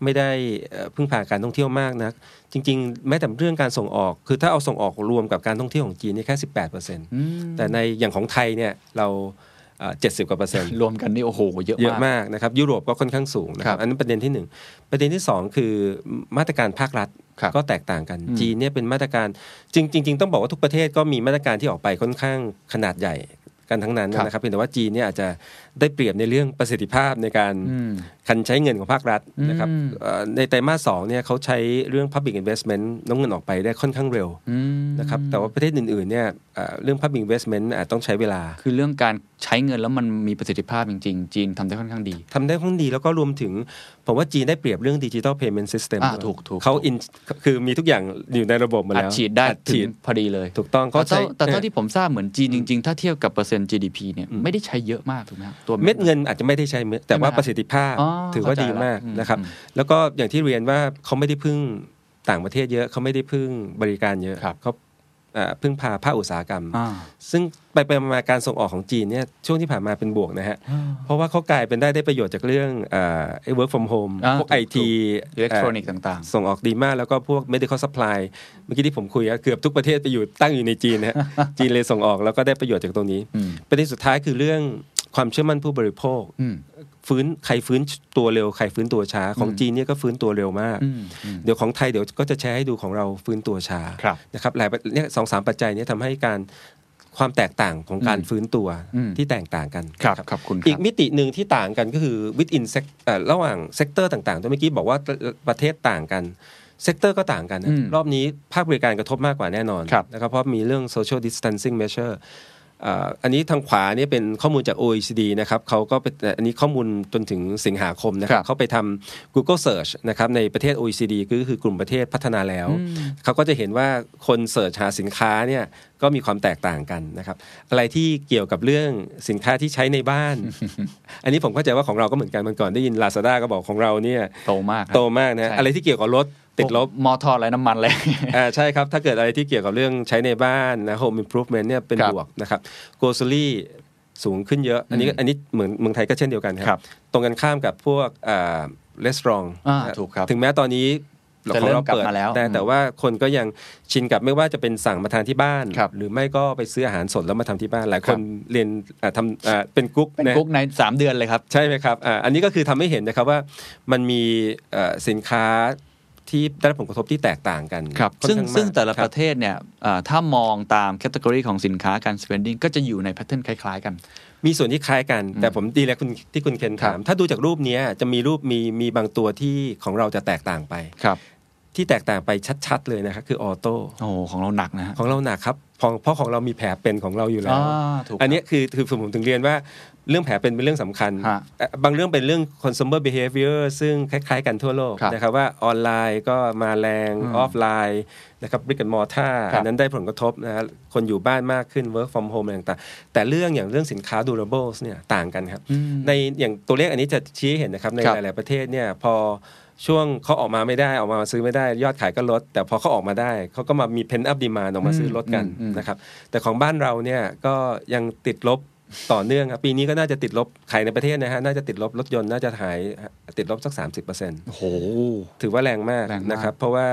[SPEAKER 3] ไม่ได้เอ่อพึ่งพาการท่องเที่ยวมากนัก จริง ๆ แม้แต่เรื่องการส่งออก คือถ้าเอาส่งออกรวมกับการท่องเที่ยวของจีนนี่แค่ 18%
[SPEAKER 2] อืม
[SPEAKER 3] แต่ในอย่างของไทยเนี่ยเราเจ็ดสิบกว่าเปอร์เซ็นต์
[SPEAKER 2] รวมกันนี่โอ้โหเยอะ
[SPEAKER 3] เยอะ
[SPEAKER 2] มาก
[SPEAKER 3] มากนะครับยุโรปก็ค่อนข้างสูงนะค
[SPEAKER 2] ครั
[SPEAKER 3] รั
[SPEAKER 2] บบ
[SPEAKER 3] อันนั้นประเด็นที่หนึ่งประเด็นที่สองคือมาตรการภาครัฐ
[SPEAKER 2] ครับ
[SPEAKER 3] ก็แตกต่างกัน
[SPEAKER 2] อืม
[SPEAKER 3] จีนเนี่ยเป็นมาตรการจริงจริง ๆ ต้องบอกว่าทุกประเทศก็มีมาตรการที่ออกไปค่อนข้างขนาดใหญ่กันทั้งนั้น
[SPEAKER 2] ครับ
[SPEAKER 3] นะครับเพียงแต่ว่าจีนเนี่ยอาจจะได้เปรียบในเรื่องประสิทธิภาพในการ
[SPEAKER 2] อืม
[SPEAKER 3] การใช้เงินของภาครัฐนะครับ
[SPEAKER 2] อืม
[SPEAKER 3] เอ่อในไตรมาสสองเนี่ยเขาใช้เรื่อง Public Investment น้ำเงินออกไปได้ค่อนข้างเร็ว
[SPEAKER 2] อืม
[SPEAKER 3] นะครับแต่ว่าประเทศอื่นๆเนี่ยเอ่อเรื่อง Public Investment อาจต้องใช้เวลา
[SPEAKER 2] คือเรื่องการใช้เงินแล้วมันมีประสิทธิภาพจริง ๆ จีนทำได้ค่อนข้างดี
[SPEAKER 3] ทำได้ค่อนข้างดีแล้วก็รวมถึง ผมว่าจีนได้เปรียบเรื่อง Digital Payment System
[SPEAKER 2] อ่า
[SPEAKER 3] ด้วย
[SPEAKER 2] ถูกถูก
[SPEAKER 3] เขา in- คือมีทุกอย่างอยู่ในระบบหมา
[SPEAKER 2] อัด
[SPEAKER 3] แล้ว
[SPEAKER 2] ฉีดได้
[SPEAKER 3] อั
[SPEAKER 2] ถึ
[SPEAKER 3] ฉี
[SPEAKER 2] งพอดีเลย
[SPEAKER 3] ถูกต้อง
[SPEAKER 2] แต่
[SPEAKER 3] เขาใช้
[SPEAKER 2] เท่าแต่เท่าที่ผมทราบเหมือนจีนจริง ๆ ถ้าเทียบกับเปอร์เซ็นต์ GDP เนี่ยไม่ได้ใช้เยอะมากถูกไหมครับตัว
[SPEAKER 3] เม็ดเงินอาจจะไม่ได้ใช้เม็ดแต่ว่า
[SPEAKER 2] ใช่ไหมฮะ
[SPEAKER 3] ประสิทธิภาพ
[SPEAKER 2] อ๋อ
[SPEAKER 3] ถือว่า
[SPEAKER 2] เข้าใจ
[SPEAKER 3] ดี
[SPEAKER 2] ละ
[SPEAKER 3] มาก
[SPEAKER 2] อืม
[SPEAKER 3] นะครับ
[SPEAKER 2] อืม
[SPEAKER 3] แล้วก็อย่างที่เรียนว่าเขาไม่ได้พึ่งต่างประเทศเยอะเขาไม่ได้พึ่งบริการเยอะ
[SPEAKER 2] ครับ
[SPEAKER 3] เขาเอ่อพึ่งพาภาคอุตสาหกรรม
[SPEAKER 2] อ่า
[SPEAKER 3] ซึ่งไปไปมาๆการส่งออกของจีนเนี่ยช่วงที่ผ่านมาเป็นบวกนะฮะ
[SPEAKER 2] อ่า
[SPEAKER 3] เพราะว่าเขากลายเป็นได้ได้ประโยชน์จากเรื่องเอ่อไอ้ work from home
[SPEAKER 2] อ่า
[SPEAKER 3] พวก
[SPEAKER 2] ถู
[SPEAKER 3] ไอก
[SPEAKER 2] ถู
[SPEAKER 3] ที
[SPEAKER 2] อิเล็กทรอนิกส์ต่าง
[SPEAKER 3] ส่งออกดีมากแล้วก็พวก medical supply เมื่อกี้ที่ผมคุยอะเกือบทุกประเทศไปอยู่ตั้งอยู่ในจีนนะ ฮะ จีนเลยส่งออกแล้วก็ได้ประโยชน์จากตรงนี้
[SPEAKER 2] อืม
[SPEAKER 3] ประเด็นสุดท้ายคือเรื่องความเชื่อมั่นผู้บริโภค
[SPEAKER 2] ๆ อืม
[SPEAKER 3] ฟื้นใครฟื้นตัวเร็วใครฟื้นตัวช้าของ
[SPEAKER 2] อืม
[SPEAKER 3] จีนเนี่ยก็ฟื้นตัวเร็วมาก
[SPEAKER 2] อืมอืม
[SPEAKER 3] เดี๋ยวของไทยเดี๋ยวก็จะแชร์ให้ดูของเราฟื้นตัวช้า
[SPEAKER 2] ครับ
[SPEAKER 3] นะครับหลายปัจเนี่ยสองสามปัจจัยเนี้ทำให้การความแตกต่างของการ
[SPEAKER 2] อืม
[SPEAKER 3] ฟื้นตัว
[SPEAKER 2] อืม
[SPEAKER 3] ที่แตกต่างกัน
[SPEAKER 2] ครับ
[SPEAKER 3] นะครั
[SPEAKER 2] ขอ
[SPEAKER 3] บ
[SPEAKER 2] บคุณค
[SPEAKER 3] อี
[SPEAKER 2] รั
[SPEAKER 3] ก
[SPEAKER 2] บ
[SPEAKER 3] มิติหนึ่งที่ต่างกันก็คือ within sec- เอ่อระหว่างเซกเตอร์ต่างๆตัวเมื่อกี้บอกว่าประเทศต่างกันเซกเตอร์ก็ต่างกันนะ
[SPEAKER 2] อืม
[SPEAKER 3] รอบนี้ภาคบริการกระทบมากกว่าแน่นอน
[SPEAKER 2] ครับ
[SPEAKER 3] นะครับเพราะมีเรื่อง social distancing measure อ่าอันนี้ทางขวาเนี่ยเป็นข้อมูลจาก OECD นะครับเขาก็เป็นอันนี้ข้อมูลจนถึงสิงหาคมนะค
[SPEAKER 2] ค
[SPEAKER 3] รั
[SPEAKER 2] รั
[SPEAKER 3] บบ เขาไปทำ Google Search นะครับในประเทศ OECD ก็คือกลุ่มประเทศพัฒนาแล้ว เขาก็จะเห็นว่าคนเสิร์ชหาสินค้าเนี่ยก็มีความแตกต่างกันนะครับอะไรที่เกี่ยวกับเรื่องสินค้าที่ใช้ในบ้าน อันนี้ผมเข้าใจว่าของเราก็เหมือนกันมันก่อนได้ยิน Lazada ก็บอกของเราเนี่ย
[SPEAKER 2] โตมากครับ
[SPEAKER 3] โตมากนะอะไรที่เกี่ยวกับรถติดลบ
[SPEAKER 2] พวกมอทอร์ไรน้ำมันเลย
[SPEAKER 3] อ่าใช่ครับ ถ้าเกิดอะไรที่เกี่ยวกับเรื่องใช้ในบ้านนะ home improvement เนี่ยเป็น
[SPEAKER 2] ครับ
[SPEAKER 3] บวกนะครับ grocery สูงขึ้นเยอะ อันนี้
[SPEAKER 2] อืม
[SPEAKER 3] อันนี้เหมือนเมืองไทยก็เช่นเดียวกัน
[SPEAKER 2] ค
[SPEAKER 3] ค
[SPEAKER 2] รั
[SPEAKER 3] รับ ตรงกันข้ามกับพวกอ่ารีสอร์
[SPEAKER 2] อ่า
[SPEAKER 3] ท
[SPEAKER 2] ถูกครับ
[SPEAKER 3] ถึงแม้ตอนนี้
[SPEAKER 2] จะเริ่มกลับมาแล้ว
[SPEAKER 3] แต่
[SPEAKER 2] อืม
[SPEAKER 3] แต่ว่าคนก็ยังชินกับไม่ว่าจะเป็นสั่งมาทานที่บ้าน
[SPEAKER 2] ครับ
[SPEAKER 3] หรือไม่ก็ไปซื้ออาหารสดแล้วมาทำที่บ้านหลาย
[SPEAKER 2] ค
[SPEAKER 3] ค
[SPEAKER 2] รั
[SPEAKER 3] น
[SPEAKER 2] บ
[SPEAKER 3] เรียนอ่าทำอ่าเป็นกุ๊ก
[SPEAKER 2] เป็นะ กุ๊กในสามเดือนเลยครับ
[SPEAKER 3] ใช่ไหมครับอ่าอันนี้ก็คือทำให้เห็นนะครับว่ามันมีเอ่อสินค้าที่ได้รับผลกระทบที่แตกต่างกัน
[SPEAKER 2] ครับ
[SPEAKER 3] ค่อน
[SPEAKER 2] ซึ่ง
[SPEAKER 3] ข้ามาก
[SPEAKER 2] ซึ่งแต่ละ
[SPEAKER 3] ค
[SPEAKER 2] ป
[SPEAKER 3] บ
[SPEAKER 2] ระเทศเนี่ยเอ่อถ้ามองตามแคตตากรีของสินค้าการ spending ก็จะอยู่ในแพทเทิร์นคล้าย ๆ กัน
[SPEAKER 3] มีส่วนที่คล้ายกัน แต่ผมดีแล้วคุณที่คุณเคน
[SPEAKER 2] ครั
[SPEAKER 3] ถาม
[SPEAKER 2] บ
[SPEAKER 3] ถ้าดูจากรูปเนี้ยจะมีรูปมีมีบางตัวที่ของเราจะแตกต่างไป
[SPEAKER 2] ครับ
[SPEAKER 3] ที่แตกต่างไปชัดๆเลยนะครับคือออโต้
[SPEAKER 2] โอ้โหของเราหนักนะฮะ
[SPEAKER 3] ของเราหนักครับเพราะเพราะของเรามีแผลเป็นของเราอยู่แล้
[SPEAKER 2] อ่าว ถูก
[SPEAKER 3] อันเนี้ยคือคือผมถึงเรียนว่าเรื่องแผลเป็นเป็นเรื่องสำคัญ
[SPEAKER 2] ฮะ
[SPEAKER 3] เอ่อบางเรื่องเป็นเรื่อง consumer behavior ซึ่งคล้าย ๆ กันทั่วโลก
[SPEAKER 2] ครับ
[SPEAKER 3] นะครับว่าออนไลน์ก็มาแรง
[SPEAKER 2] อืม
[SPEAKER 3] ออฟไลน์นะครับ brick and mortar
[SPEAKER 2] ครับ
[SPEAKER 3] อันนั้นได้ผลกระทบนะฮะคนอยู่บ้านมากขึ้น work from home อะไรต่างๆ แต่เรื่องอย่างเรื่องสินค้า durables เนี่ยต่างกันครับ
[SPEAKER 2] อืม
[SPEAKER 3] ในอย่างตัวเลขอันนี้จะชี้ให้เห็นนะครับ ใน
[SPEAKER 2] ครับ
[SPEAKER 3] หลาย ๆ ประเทศเนี่ยพอช่วงเขาออกมาไม่ได้ออกมาซื้อไม่ได้ยอดขายก็ลด แต่พอเขาออกมาได้เขาก็มามี pent up demand ออกมาซื้อรถกัน
[SPEAKER 2] อืมอืม
[SPEAKER 3] นะครับ นะครับแต่ของบ้านเราเนี่ยก็ยังติดลบ ต่อเนื่องครับ ปีนี้ก็น่าจะติดลบขายในประเทศนะฮะน่าจะติดลบรถยนต์น่าจะหายติดลบสัก 30%
[SPEAKER 2] โอ้โห
[SPEAKER 3] ถือว่าแรงมาก
[SPEAKER 2] แรงมาก
[SPEAKER 3] นะครับ เพราะว่า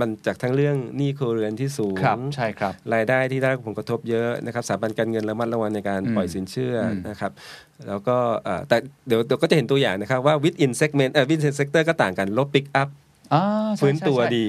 [SPEAKER 3] มันจากทั้งเรื่องหนี้ครัวเรือนที่สูง
[SPEAKER 2] ครับใช่ครับ
[SPEAKER 3] รายได้ที่ได้รับผลกระทบเยอะนะครับสถาบันการเงินระมัดระวังในการ
[SPEAKER 2] อืม
[SPEAKER 3] ปล่อยสินเชื่ออ
[SPEAKER 2] ม
[SPEAKER 3] นะครับ แล้วก็เอ่อแต่เดี๋ยวเดี๋ยวก็จะเห็นตัวอย่างนะครับว่า within segment เอ่อ within sector ก็ต่างกันลบ pick up
[SPEAKER 2] าใช่
[SPEAKER 3] ฟื้นตัว
[SPEAKER 2] ใช่ใช่
[SPEAKER 3] ดี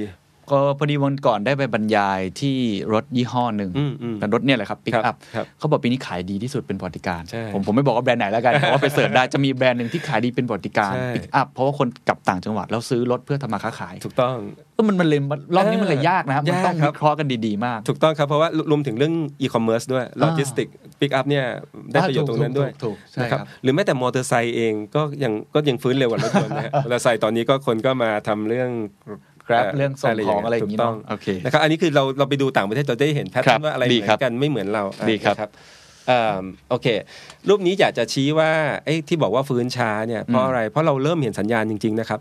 [SPEAKER 2] ก็พอดีวันก่อนได้ไปบรรยายที่รถยี่ห้อหนึ่ง
[SPEAKER 3] อืมอืม
[SPEAKER 2] เป็นรถเนี่ยแหละครับปิก
[SPEAKER 3] ครั
[SPEAKER 2] อัพ
[SPEAKER 3] บครับ
[SPEAKER 2] เขาบอกปีนี้ขายดีที่สุดเป็นบริการ
[SPEAKER 3] ใช่
[SPEAKER 2] ผมผมไม่บอกว่าแบรนด์ไหนแล้วกันเพราะว่าไปเสิร์ชได้จะมีแบรนด์หนึ่งที่ขายดีเป็นบริการ
[SPEAKER 3] ใช่
[SPEAKER 2] ปิกอัพเพราะว่าคนกลับต่างจังหวัดแล้วซื้อรถเพื่อทำมาค้าขาย
[SPEAKER 3] ถูกต้อง
[SPEAKER 2] เออมันมันเลยรอบนี้มันเลยยากนะครับ มัน
[SPEAKER 3] ยาก
[SPEAKER 2] ต้อง
[SPEAKER 3] ครั
[SPEAKER 2] วิ
[SPEAKER 3] บ
[SPEAKER 2] เคราะห์กันดีๆมาก
[SPEAKER 3] ถูกต้องครับ เพราะว่ารวมถึงเรื่องอีคอมเมิร์ซด้วยโลจิสติกปิกอัพเนี่ยได้ประโยชน์ตรงนั้นด้วย
[SPEAKER 2] ถูกถูกถูกใช่
[SPEAKER 3] นะครับ หรือแม้แต่มอเตอร์ไซค์เองก็ยังก็ยังฟื้นเร็วกว่ารถยนต์ นะฮะ มอเตอร์ไซค์ตอนนี้ก็คนก็มาทำเรื่อง
[SPEAKER 2] Grab
[SPEAKER 3] อ่
[SPEAKER 2] เรื่องส่งของอะไรอย่างงี้เน
[SPEAKER 3] ถูกต้
[SPEAKER 2] อะโอเค
[SPEAKER 3] นะครับอันนี้คือเราเราไปดูต่างประเทศเราได้เห็นแพท
[SPEAKER 2] ครั
[SPEAKER 3] เทิร์
[SPEAKER 2] บ
[SPEAKER 3] นว่าอะไรเห
[SPEAKER 2] ดี
[SPEAKER 3] มื
[SPEAKER 2] ครับ
[SPEAKER 3] อนกันไม่เหมือนเราอ่ะ
[SPEAKER 2] ดีครับ
[SPEAKER 3] นะเอิ่มโอเค รูปนี้อยากจะชี้ว่าไอ้ที่บอกว่าฟื้นช้าเนี่ยเพราะอะไรเพราะเราเริ่มเห็นสัญญาณจริง ๆ นะครับ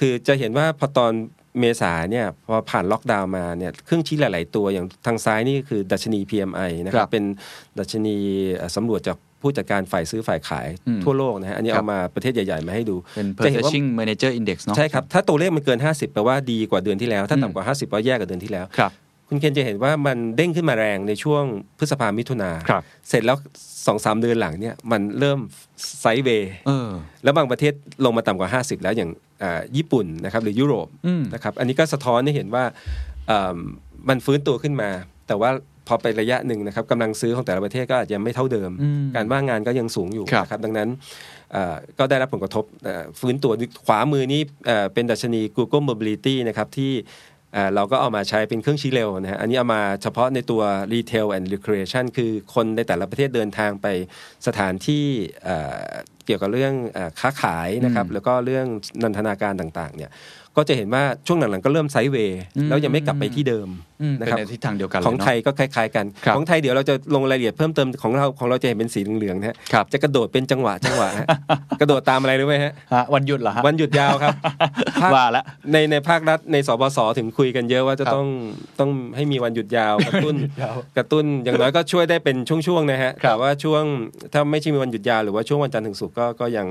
[SPEAKER 3] คือจะเห็นว่าพอตอนเมษาเนี่ยพอผ่านล็อกดาวน์มาเนี่ยเครื่องชี้หลาย ๆ ตัวอย่างทางซ้ายนี่คือดัชนี PMI นะ
[SPEAKER 2] ค
[SPEAKER 3] ครั
[SPEAKER 2] รั
[SPEAKER 3] บบ เป็นดัชนีเอ่อสำรวจจากผู้จัดการฝ่ายซื้อฝ่ายขาย
[SPEAKER 2] อืม
[SPEAKER 3] ทั่วโลกนะฮะอันนี้
[SPEAKER 2] ครับ
[SPEAKER 3] เอามาประเทศใหญ่ ๆ มาให้ดู
[SPEAKER 2] เป็น
[SPEAKER 3] จะเห็นว่า
[SPEAKER 2] purchasing manager index เนาะ
[SPEAKER 3] ใช่ครับ ถ้าตัวเลขมันเกิน 50แปลว่าดีกว่าเดือนที่แล้ว ถ้า
[SPEAKER 2] อืม
[SPEAKER 3] ต่ำกว่า 50ก็แย่กว่าเดือนที่แล้ว
[SPEAKER 2] ครับ
[SPEAKER 3] คุณเคนจะเห็นว่ามันเด้งขึ้นมาแรงในช่วงพฤษภามิถุนา
[SPEAKER 2] ครับ
[SPEAKER 3] เสร็จแล้วสองสามเดือนหลังเนี่ยมันเริ่มไซด์เวย์
[SPEAKER 2] เออ
[SPEAKER 3] แล้วบางประเทศลงมาต่ำกว่า 50 แล้วอย่างอ่าญี่ปุ่นนะครับหรือยุโรป
[SPEAKER 2] อืม
[SPEAKER 3] นะครับอันนี้ก็สะท้อนให้เห็นว่าเอิ่มมันฟื้นตัวขึ้นมา แต่ว่าพอไประยะหนึ่งนะครับกำลังซื้อของแต่ละประเทศก็อาจจะไม่เท่าเดิม
[SPEAKER 2] อืม
[SPEAKER 3] การว่างงานก็ยังสูงอยู่
[SPEAKER 2] ครับ
[SPEAKER 3] นะครับดังนั้นเอ่อก็ได้รับผลกระทบเอ่อฟื้นตัวขวามือนี้เอ่อเป็นดัชนี Google Mobility นะครับที่เอ่อเราก็เอามาใช้เป็นเครื่องชี้เร็วนะฮะอันนี้เอามาเฉพาะในตัว Retail and Recreation คือคนในแต่ละประเทศเดินทางไปสถานที่เอ่อเกี่ยวกับเรื่องเอ่อค้าขายนะครับ
[SPEAKER 2] อืม
[SPEAKER 3] แล้วก็เรื่องนันทนาการต่างๆเนี่ยก็จะเห็นว่าช่วงหลังๆก็เริ่มไซด์เวย์แล้วยังไม่กลับไปที่เดิม
[SPEAKER 2] อืม
[SPEAKER 3] นะ
[SPEAKER 2] เป็น
[SPEAKER 3] ครับ
[SPEAKER 2] ในทิศทางเดียวกันเล
[SPEAKER 3] ของ
[SPEAKER 2] เนอะ
[SPEAKER 3] ไทยก็คล้าย ๆ กัน
[SPEAKER 2] ครับ
[SPEAKER 3] ของไทยเดี๋ยวเราจะลงรายละเอียดเพิ่มเติมของเราของเราจะเห็นเป็นสีเหลืองๆนะฮะ
[SPEAKER 2] ครับ
[SPEAKER 3] จะกระโดดเป็นจังหวะจังหวะฮะ กระโดดตามอะไรรู้ไหมฮะ
[SPEAKER 2] ฮะวันหยุดเหรอฮะ
[SPEAKER 3] วันหยุดยาวครับ ภค
[SPEAKER 2] ว่าละ
[SPEAKER 3] ในในภาครัฐในสบสถึงคุยกันเยอะว่าจะ
[SPEAKER 2] ครับ
[SPEAKER 3] ต้องต้องให้มีวันหยุด ยาวกระตุ้น
[SPEAKER 2] หยุดยาว
[SPEAKER 3] กระตุ้นอย่างน้อยก็ช่วยได้เป็นช่วงๆนะฮะ
[SPEAKER 2] ครับ
[SPEAKER 3] แต่ว่าช่วงถ้าไม่ใช่มีวันหยุดยาวหรือว่าช่วงวันจันทร์ถึงศุกร์ก็ก็ยัง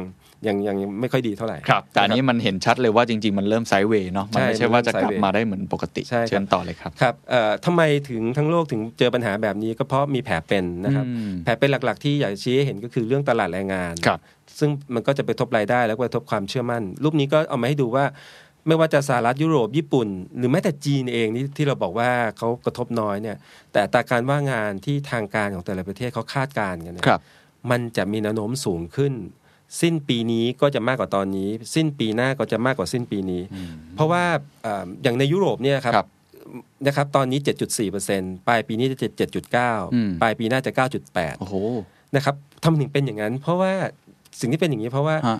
[SPEAKER 3] ยังยังไม่ค่อยดีเท่าไหร่
[SPEAKER 2] ครับ แต่อันนี้มันเห็นชัดเลยว่าจริง ๆ มันเริ่มไซด์เวย์เนาะมัน
[SPEAKER 3] ใช่
[SPEAKER 2] ไม่ใช่ว่าจะกลับ
[SPEAKER 3] เริ่มไซด์เวย์
[SPEAKER 2] มาได้เหมือนปกติ
[SPEAKER 3] ใช่ครับ
[SPEAKER 2] เชิญต่อเลยครับ
[SPEAKER 3] ครับเอ่อทำไมถึงทั้งโลกถึงเจอปัญหาแบบนี้ก็เพราะมีแผลเป็นนะครับ
[SPEAKER 2] อืม
[SPEAKER 3] แผลเป็นหลักๆ ที่อยากจะชี้ให้เห็นก็คือเรื่องตลาดแรงงาน
[SPEAKER 2] ครับ
[SPEAKER 3] ซึ่งมันก็จะไปกระทบรายได้แล้วก็กระทบความเชื่อมั่น รูปนี้ก็เอามาให้ดูว่า ไม่ว่าจะสหรัฐยุโรปญี่ปุ่น หรือแม้แต่จีนเองนี่ที่เราบอกว่าเขากระทบน้อยเนี่ย แต่อัตราการว่างงานที่ทางการของแต่ละประเทศเขาคาดการณ์กันเนี่ย
[SPEAKER 2] ครับ
[SPEAKER 3] มันจะมีแนวโน้มสูงขึ้น สิ้นปีนี้ก็จะมากกว่าตอนนี้ สิ้นปีหน้าก็จะมากกว่าสิ้นปีนี้ เพราะว่าเอ่ออย่างในยุโรปเนี่ยครับ
[SPEAKER 2] ครับ
[SPEAKER 3] นะครับตอนนี้ 7.4%ปลายปีนี้จะ
[SPEAKER 2] อืม
[SPEAKER 3] 7.9 ปลายปีหน้าจะ
[SPEAKER 2] โอ้โห
[SPEAKER 3] 9.8 นะครับทำไมถึงเป็นอย่างนั้น เพราะว่าสิ่งที่เป็นอย่างนี้เพราะว่า
[SPEAKER 2] ฮะ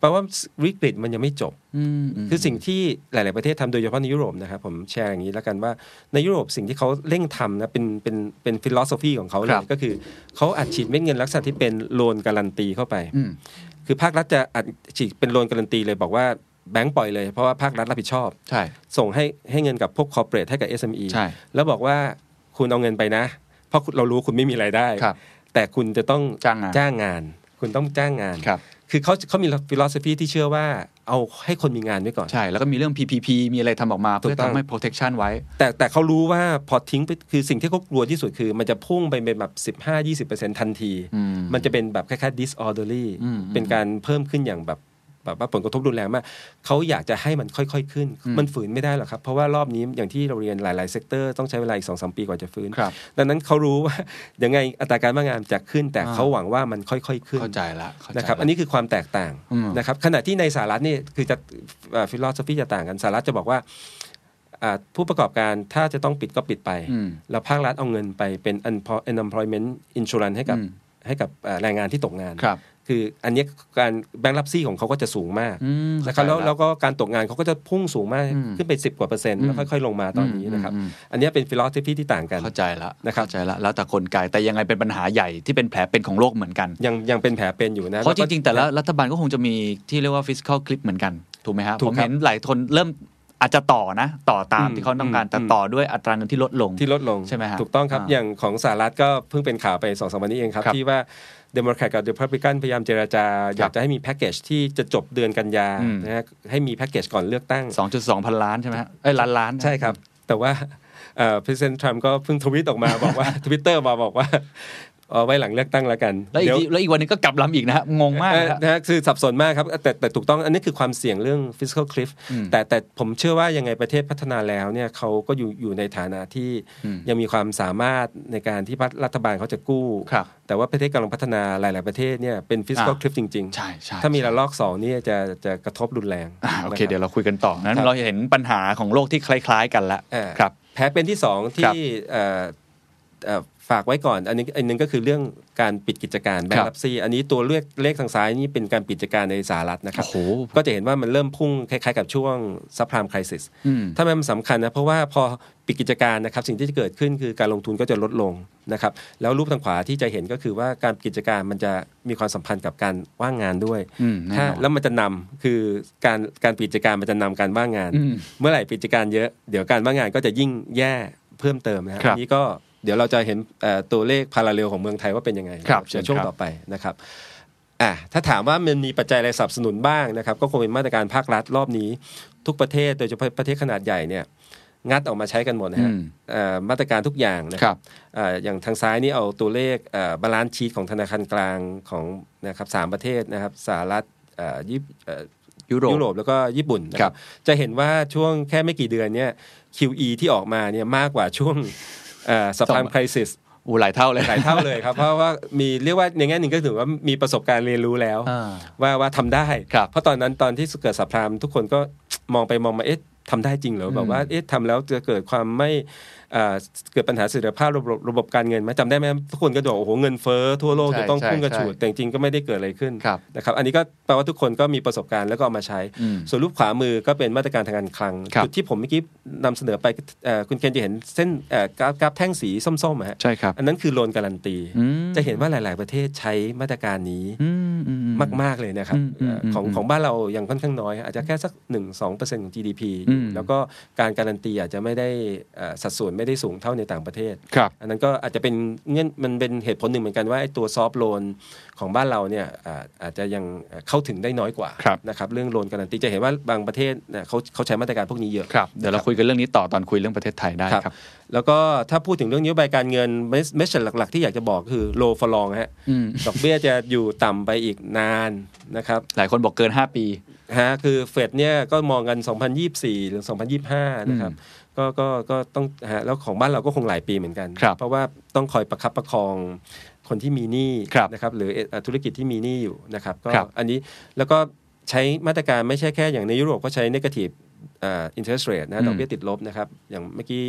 [SPEAKER 3] แปลว่าวิกฤตมันยังไม่จบ
[SPEAKER 2] อืมม
[SPEAKER 3] คือสิ่งที่หลาย ๆ ประเทศทำโดยเฉพาะในยุโรปนะครับผมแชร์อย่างนี้แล้วกันว่าในยุโรปสิ่งที่เขาเร่งทำนะเป็นเป็นเป็นฟิโลโซฟีของเขาเลยก็คือเขาอัดฉีดเม็ดเงินลักษณะที่เป็นโลนการันตีเข้าไป
[SPEAKER 2] อืม
[SPEAKER 3] คือภาครัฐจะอัดฉีดเป็นโลนการันตีเลยบอกว่าแบงก์ปล่อยเลยเพราะว่าภาครัฐรับผิดชอบ
[SPEAKER 2] ใช่
[SPEAKER 3] ส่งให้ให้เงินกับพวกคอร์เปรสให้กับ SME
[SPEAKER 2] ใช่
[SPEAKER 3] แล้วบอกว่าคุณเอาเงินไปนะ เพราะเรารู้คุณไม่มีรายได้
[SPEAKER 2] ครับ
[SPEAKER 3] แต่คุณจะต้อง
[SPEAKER 2] จ้างงาน
[SPEAKER 3] จ้างงาน คุณต้องจ้างงาน
[SPEAKER 2] ครับ
[SPEAKER 3] คือเขาเขามีฟิโลโซฟีที่เชื่อว่าเอาให้คนมีงานไว้ก่อน
[SPEAKER 2] ใช่แล้วก็มีเรื่อง PPP มีอะไรทำออกมา
[SPEAKER 3] ถูก
[SPEAKER 2] เพื่อ
[SPEAKER 3] ต้อง
[SPEAKER 2] ทำให้ protection ไว้
[SPEAKER 3] แต่แต่เขารู้ว่าพอทิ้งไปคือสิ่งที่เขากลัวที่สุดคือ มันจะพุ่งไปเป็นแบบ 15 20 ทันที
[SPEAKER 2] อืม
[SPEAKER 3] มันจะเป็นแบบคล้ายๆ disorderly
[SPEAKER 2] อืม
[SPEAKER 3] เป็นการเพิ่มขึ้นอย่างแบบแบบว่าผลกระทบรุนแรงมากเขาอยากจะให้มันค่อยๆขึ้น
[SPEAKER 2] อืม
[SPEAKER 3] มันฝืนไม่ได้หรอกครับ เพราะว่ารอบนี้อย่างที่เราเรียนหลายๆเซกเตอร์ต้องใช้เวลาอีกสองสามปีกว่าจะฟื้น
[SPEAKER 2] ครับ
[SPEAKER 3] ดังนั้นเขารู้ว่า ยังไงอัตราการว่างงานจะขึ้น แต่
[SPEAKER 2] อ่า
[SPEAKER 3] เขาหวังว่ามันค่อยๆขึ้น
[SPEAKER 2] เข้าใจละเข้าใจ
[SPEAKER 3] นะครับ
[SPEAKER 2] ละ
[SPEAKER 3] อันนี้คือความแตกต่าง
[SPEAKER 2] อืม
[SPEAKER 3] นะครับขณะที่ในสหรัฐนี่คือจะฟิโลโซฟีจะต่างกันสหรัฐจะบอกว่าอ่าผู้ประกอบการถ้าจะต้องปิดก็ปิดไป
[SPEAKER 2] อืม
[SPEAKER 3] แล้วภาครัฐเอาเงินไปเป็น unpo- unemployment insurance ให้กับ
[SPEAKER 2] อืม
[SPEAKER 3] ให้กับเอ่อแรงงานที่ตกงาน
[SPEAKER 2] ครับ
[SPEAKER 3] คืออันเนี้ยการแบงค์รับซี่ของเขาก็จะสูงมาก
[SPEAKER 2] อืม
[SPEAKER 3] นะครับแล้ว
[SPEAKER 2] เข้าใจ
[SPEAKER 3] แล้วก็การตกงานเขาก็จะพุ่งสูงมาก
[SPEAKER 2] อืม
[SPEAKER 3] ขึ้นไป 10 กว่าเปอร์เซ็นต์
[SPEAKER 2] อืม
[SPEAKER 3] แล้วค่อยๆ ลงมาตอนนี้นะครับ
[SPEAKER 2] ม
[SPEAKER 3] อันเนี้ยเป็นฟิโลโซฟีที่ต่าง
[SPEAKER 2] อื
[SPEAKER 3] กั
[SPEAKER 2] ม
[SPEAKER 3] น
[SPEAKER 2] เข้าใจละ
[SPEAKER 3] นะครับ
[SPEAKER 2] เข้าใจละแล้วแต่กลไกแต่ยังไงเป็นปัญหาใหญ่ที่เป็นแผลเป็นของโลกเหมือนกัน
[SPEAKER 3] ยังยังเป็นแผลเป็นอยู่นะ
[SPEAKER 2] เพราะจ
[SPEAKER 3] ล้วก็
[SPEAKER 2] ริง ๆ แต่ละรัฐบาลก็คงจะมีที่เรียกว่า fiscal clip เหมือนกัน ถูกไหมฮะ
[SPEAKER 3] ถู
[SPEAKER 2] ผ
[SPEAKER 3] ก
[SPEAKER 2] ม
[SPEAKER 3] ครับ
[SPEAKER 2] เห็นหลายคนเริ่มอาจจะต่อนะ ต่อตาม
[SPEAKER 3] อืม
[SPEAKER 2] ที่เขาต้องการ
[SPEAKER 3] อืม
[SPEAKER 2] แต่ต่อด้วยอัตราเงินที่ลดลง
[SPEAKER 3] ที่ลดลง
[SPEAKER 2] ใช่ไหมฮะ
[SPEAKER 3] ถูกต้องครับ
[SPEAKER 2] อ่า
[SPEAKER 3] อย่างของสหรัฐก็เพิ่งเป็นข่าวไปสองสามวันนี้เองครับ
[SPEAKER 2] ครับ
[SPEAKER 3] ที่ว่าเดโมแครตกับเดพับลิกันพยายามเจราจา อยากจะให้มีแพ็กเกจที่จะจบเดือนกันยา
[SPEAKER 2] อืม
[SPEAKER 3] นะฮะให้มีแพ็กเกจก่อนเลือกตั้ง
[SPEAKER 2] 2.2 พันล้านใช่ไหมฮะเอ้ยล้านล้านนะ
[SPEAKER 3] ใช่ครับ แต่ว่าเอ่อ president Trump ก็เพิ่งทวิตออกมาบอกว่า ทวิตเตอร์มาบอกว่าเอาไว้หลังเลือกตั้งแล้วกัน
[SPEAKER 2] แล้วอีก
[SPEAKER 3] เดี๋ย
[SPEAKER 2] ทีแล้วอีกวันหนึงก็กลับลำอีกนะฮะงงมาก
[SPEAKER 3] เอ่อ
[SPEAKER 2] นะฮะ
[SPEAKER 3] นะฮะคือสับสนมากครับแต่แต่ถูกต้องอันนี้คือความเสี่ยงเรื่อง fiscal cliff
[SPEAKER 2] อืม
[SPEAKER 3] แต่แต่ผมเชื่อว่ายังไงประเทศพัฒนาแล้วเนี่ยเขาก็อยู่อยู่ในฐานะที่
[SPEAKER 2] อืม
[SPEAKER 3] ยังมีความสามารถในการที่รัฐบาลเขาจะกู้
[SPEAKER 2] ครับ
[SPEAKER 3] แต่ว่าประเทศกำลังพัฒนาหลาย ๆ ประเทศเนี่ยเป็น fiscal
[SPEAKER 2] อ่า
[SPEAKER 3] cliff จริง
[SPEAKER 2] ใช่ใช่
[SPEAKER 3] ๆ ถ้ามีระลอกสองเนี่ยจะจะกระทบรุนแรง
[SPEAKER 2] อ่าโอเค
[SPEAKER 3] นะครับ
[SPEAKER 2] เดี๋ยวเราคุยกันต่อนั้น
[SPEAKER 3] ครับ
[SPEAKER 2] เราเห็นปัญหาของโลกที่คล้าย ๆ กันแล้ว
[SPEAKER 3] เอ่อ
[SPEAKER 2] ครับ
[SPEAKER 3] แผลเป็นที่สอง
[SPEAKER 2] ครั
[SPEAKER 3] ที่
[SPEAKER 2] บ
[SPEAKER 3] เอ่อเอ่อฝากไว้ก่อน อันนี้อันนึงก็คือเรื่องการปิดกิจการแบง
[SPEAKER 2] ครับ
[SPEAKER 3] ค์รับซีอันนี้ตัวเลขเลขทางซ้ายนี่เป็นการปิดกิจการในสหรัฐนะครับ
[SPEAKER 2] โอ้โห
[SPEAKER 3] ก็จะเห็นว่ามันเริ่มพุ่งคล้ายๆกับช่วงซับพลามคริสิส
[SPEAKER 2] อืม
[SPEAKER 3] ถ้ามันสำคัญนะ เพราะว่าพอปิดกิจการนะครับ สิ่งที่จะเกิดขึ้นคือการลงทุนก็จะลดลงนะครับ แล้วรูปทางขวาที่จะเห็นก็คือว่าการปิดกิจการมันจะมีความสัมพันธ์กับการว่างงานด้วย
[SPEAKER 2] อืมแน่นอน
[SPEAKER 3] ถ้าแล้วมันจะนำคือการการปิดกิจการมันจะนำการว่างงาน
[SPEAKER 2] อืม
[SPEAKER 3] เมื่อไหร่ปิดกิจการเยอะเดี๋ยวการว่างงานก็จะยิ่งแย่เพิ่มเติมนะครั
[SPEAKER 2] ครับ
[SPEAKER 3] อันนี้ก็เดี๋ยวเราจะเห็นเอ่อตัวเลขพาราเรลของเมืองไทยว่าเป็นยังไง
[SPEAKER 2] ครับ
[SPEAKER 3] เดี๋ยว
[SPEAKER 2] เชิญครับ
[SPEAKER 3] ช่วงต่อไปนะครับอ่ะถ้าถามว่ามันมีปัจจัยอะไรสนับสนุนบ้างนะครับ ก็คงเป็นมาตรการภาครัฐรอบนี้ ทุกประเทศโดยเฉพาะประเทศขนาดใหญ่เนี่ยงัดออกมาใช้กันหมดนะ
[SPEAKER 2] อื
[SPEAKER 3] ฮะ
[SPEAKER 2] ม
[SPEAKER 3] เอ่อมาตรการทุกอย่าง
[SPEAKER 2] ค
[SPEAKER 3] นะค
[SPEAKER 2] รั
[SPEAKER 3] รับบ เอ่ออย่างทางซ้ายนี่เอาตัวเลขบาลานซ์ชีตของธนาคารกลางของนะครับสามประเทศนะครับสหรัฐเอ่อญี่ปุ่นเอ่อ
[SPEAKER 2] ยุโรป
[SPEAKER 3] ยุโรปแล้วก็ญี่ปุ่นนะครับจะเห็นว่าช่วงแค่ไม่กี่เดือนเนี่ย QE ที่ออกมาเนี่ยมากกว่าช่วงสัป
[SPEAKER 2] ส
[SPEAKER 3] ดา
[SPEAKER 2] อง
[SPEAKER 3] ห์คริสิส
[SPEAKER 2] อูหลายเท่าเลย
[SPEAKER 3] หลายเท่าเลยครับ เพราะว่ามีเรียกว่าในแง่หนึ่งก็ถือว่ามีประสบการณ์เรียนรู้แล้ว
[SPEAKER 2] อ่า
[SPEAKER 3] ว่าว่าทำได้
[SPEAKER 2] ครับ
[SPEAKER 3] เพราะตอนนั้นตอนที่เกิดสัปดาห์ทุกคนก็ มองไปมองมาเอ๊ะทำได้จริงเหรอแบบว่าเอ๊ะทำแล้วจะเกิดความไม่เอ่อเกิดปัญหาเสถียรภาพระบบระบบการเงินไหมจำได้ไหมทุกคนก็บอกโอ้โหเงินเฟ้อทั่วโลก
[SPEAKER 2] ใช่
[SPEAKER 3] จะต้องพุ่งกระ
[SPEAKER 2] ใช่
[SPEAKER 3] ฉูด
[SPEAKER 2] ใช่
[SPEAKER 3] แต่จริงๆก็ไม่ได้เกิดอะไรขึ้น
[SPEAKER 2] ครับ
[SPEAKER 3] นะครับอันนี้ก็แปลว่าทุกคนก็มีประสบการณ์แล้วก็เอามาใช้
[SPEAKER 2] อืม
[SPEAKER 3] ส่วนรูปขวามือก็เป็นมาตรการทางการคลัง
[SPEAKER 2] ครับ
[SPEAKER 3] จุดที่ผมเมื่อกี้นำเสนอไปเอ่อคุณเคนจะเห็นเส้นเอ่อกราฟกราฟแท่งสีส้มๆอะฮะ
[SPEAKER 2] ใช่ครับ
[SPEAKER 3] อันนั้นคือโลนการันตี
[SPEAKER 2] อืม
[SPEAKER 3] จะเห็นว่าหลาย ๆ ประเทศใช้มาตรการนี้
[SPEAKER 2] อืมอืมอื
[SPEAKER 3] มาก ๆ เลยนะครับ
[SPEAKER 2] อืมอืม
[SPEAKER 3] เอ่อของ
[SPEAKER 2] อืม
[SPEAKER 3] ของบ้านเรายังค่อนข้างน้อย อาจจะแค่สัก 1-2%ของ GDP
[SPEAKER 2] อืม
[SPEAKER 3] แล้วก็การการันตีอาจจะไม่ได้เอ่อสัดส่วนไม่ได้สูงเท่าในต่างประเทศ
[SPEAKER 2] ครับ
[SPEAKER 3] อันนั้นก็อาจจะเป็นเงื่อนมันเป็นเหตุผลหนึ่งเหมือนกันว่าไอ้ตัวซอฟโลนของบ้านเราเนี่ยอ่าอาจจะยังเข้าถึงได้น้อยกว่า
[SPEAKER 2] ครับ
[SPEAKER 3] นะครับเรื่องโลนการันตีจะเห็นว่าบางประเทศเนี่ยเขาเขาใช้มาตรการพวกนี้เยอะ
[SPEAKER 2] ครับเดี๋ยวเราคุยกันเรื่องนี้ต่อตอนคุยเรื่องประเทศไทยได้
[SPEAKER 3] ครับ
[SPEAKER 2] ครับ
[SPEAKER 3] แล้วก็ถ้าพูดถึงเรื่องนโยบายการเงินเมชหลัก ๆ ที่อยากจะบอกคือโลฟอลองฮะ
[SPEAKER 2] อืม
[SPEAKER 3] ดอกเบี้ยจะอยู่ต่ำไปอีกนานนะครับ
[SPEAKER 2] หลายคนบอกเกิน 5 ปี
[SPEAKER 3] ฮะคือเฟดเนี่ยก็มองกัน 2024 หรือ 2025 นะครับก็ก็ก็ต้องฮะแล้วของบ้านเราก็คงหลายปีเหมือนกัน
[SPEAKER 2] ครับ
[SPEAKER 3] เพราะว่าต้องคอยประคับประคองคนที่มีหนี้
[SPEAKER 2] ครับ
[SPEAKER 3] นะครับหรือเอ่อธุรกิจที่มีหนี้อยู่นะครับก็
[SPEAKER 2] ครับ
[SPEAKER 3] อันนี้แล้วก็ใช้มาตรการไม่ใช่แค่อย่างในยุโรปก็ใช้ negative อินเทอร์เรทนะดอกเบี้ยติดลบนะครับ อย่างเมื่อกี้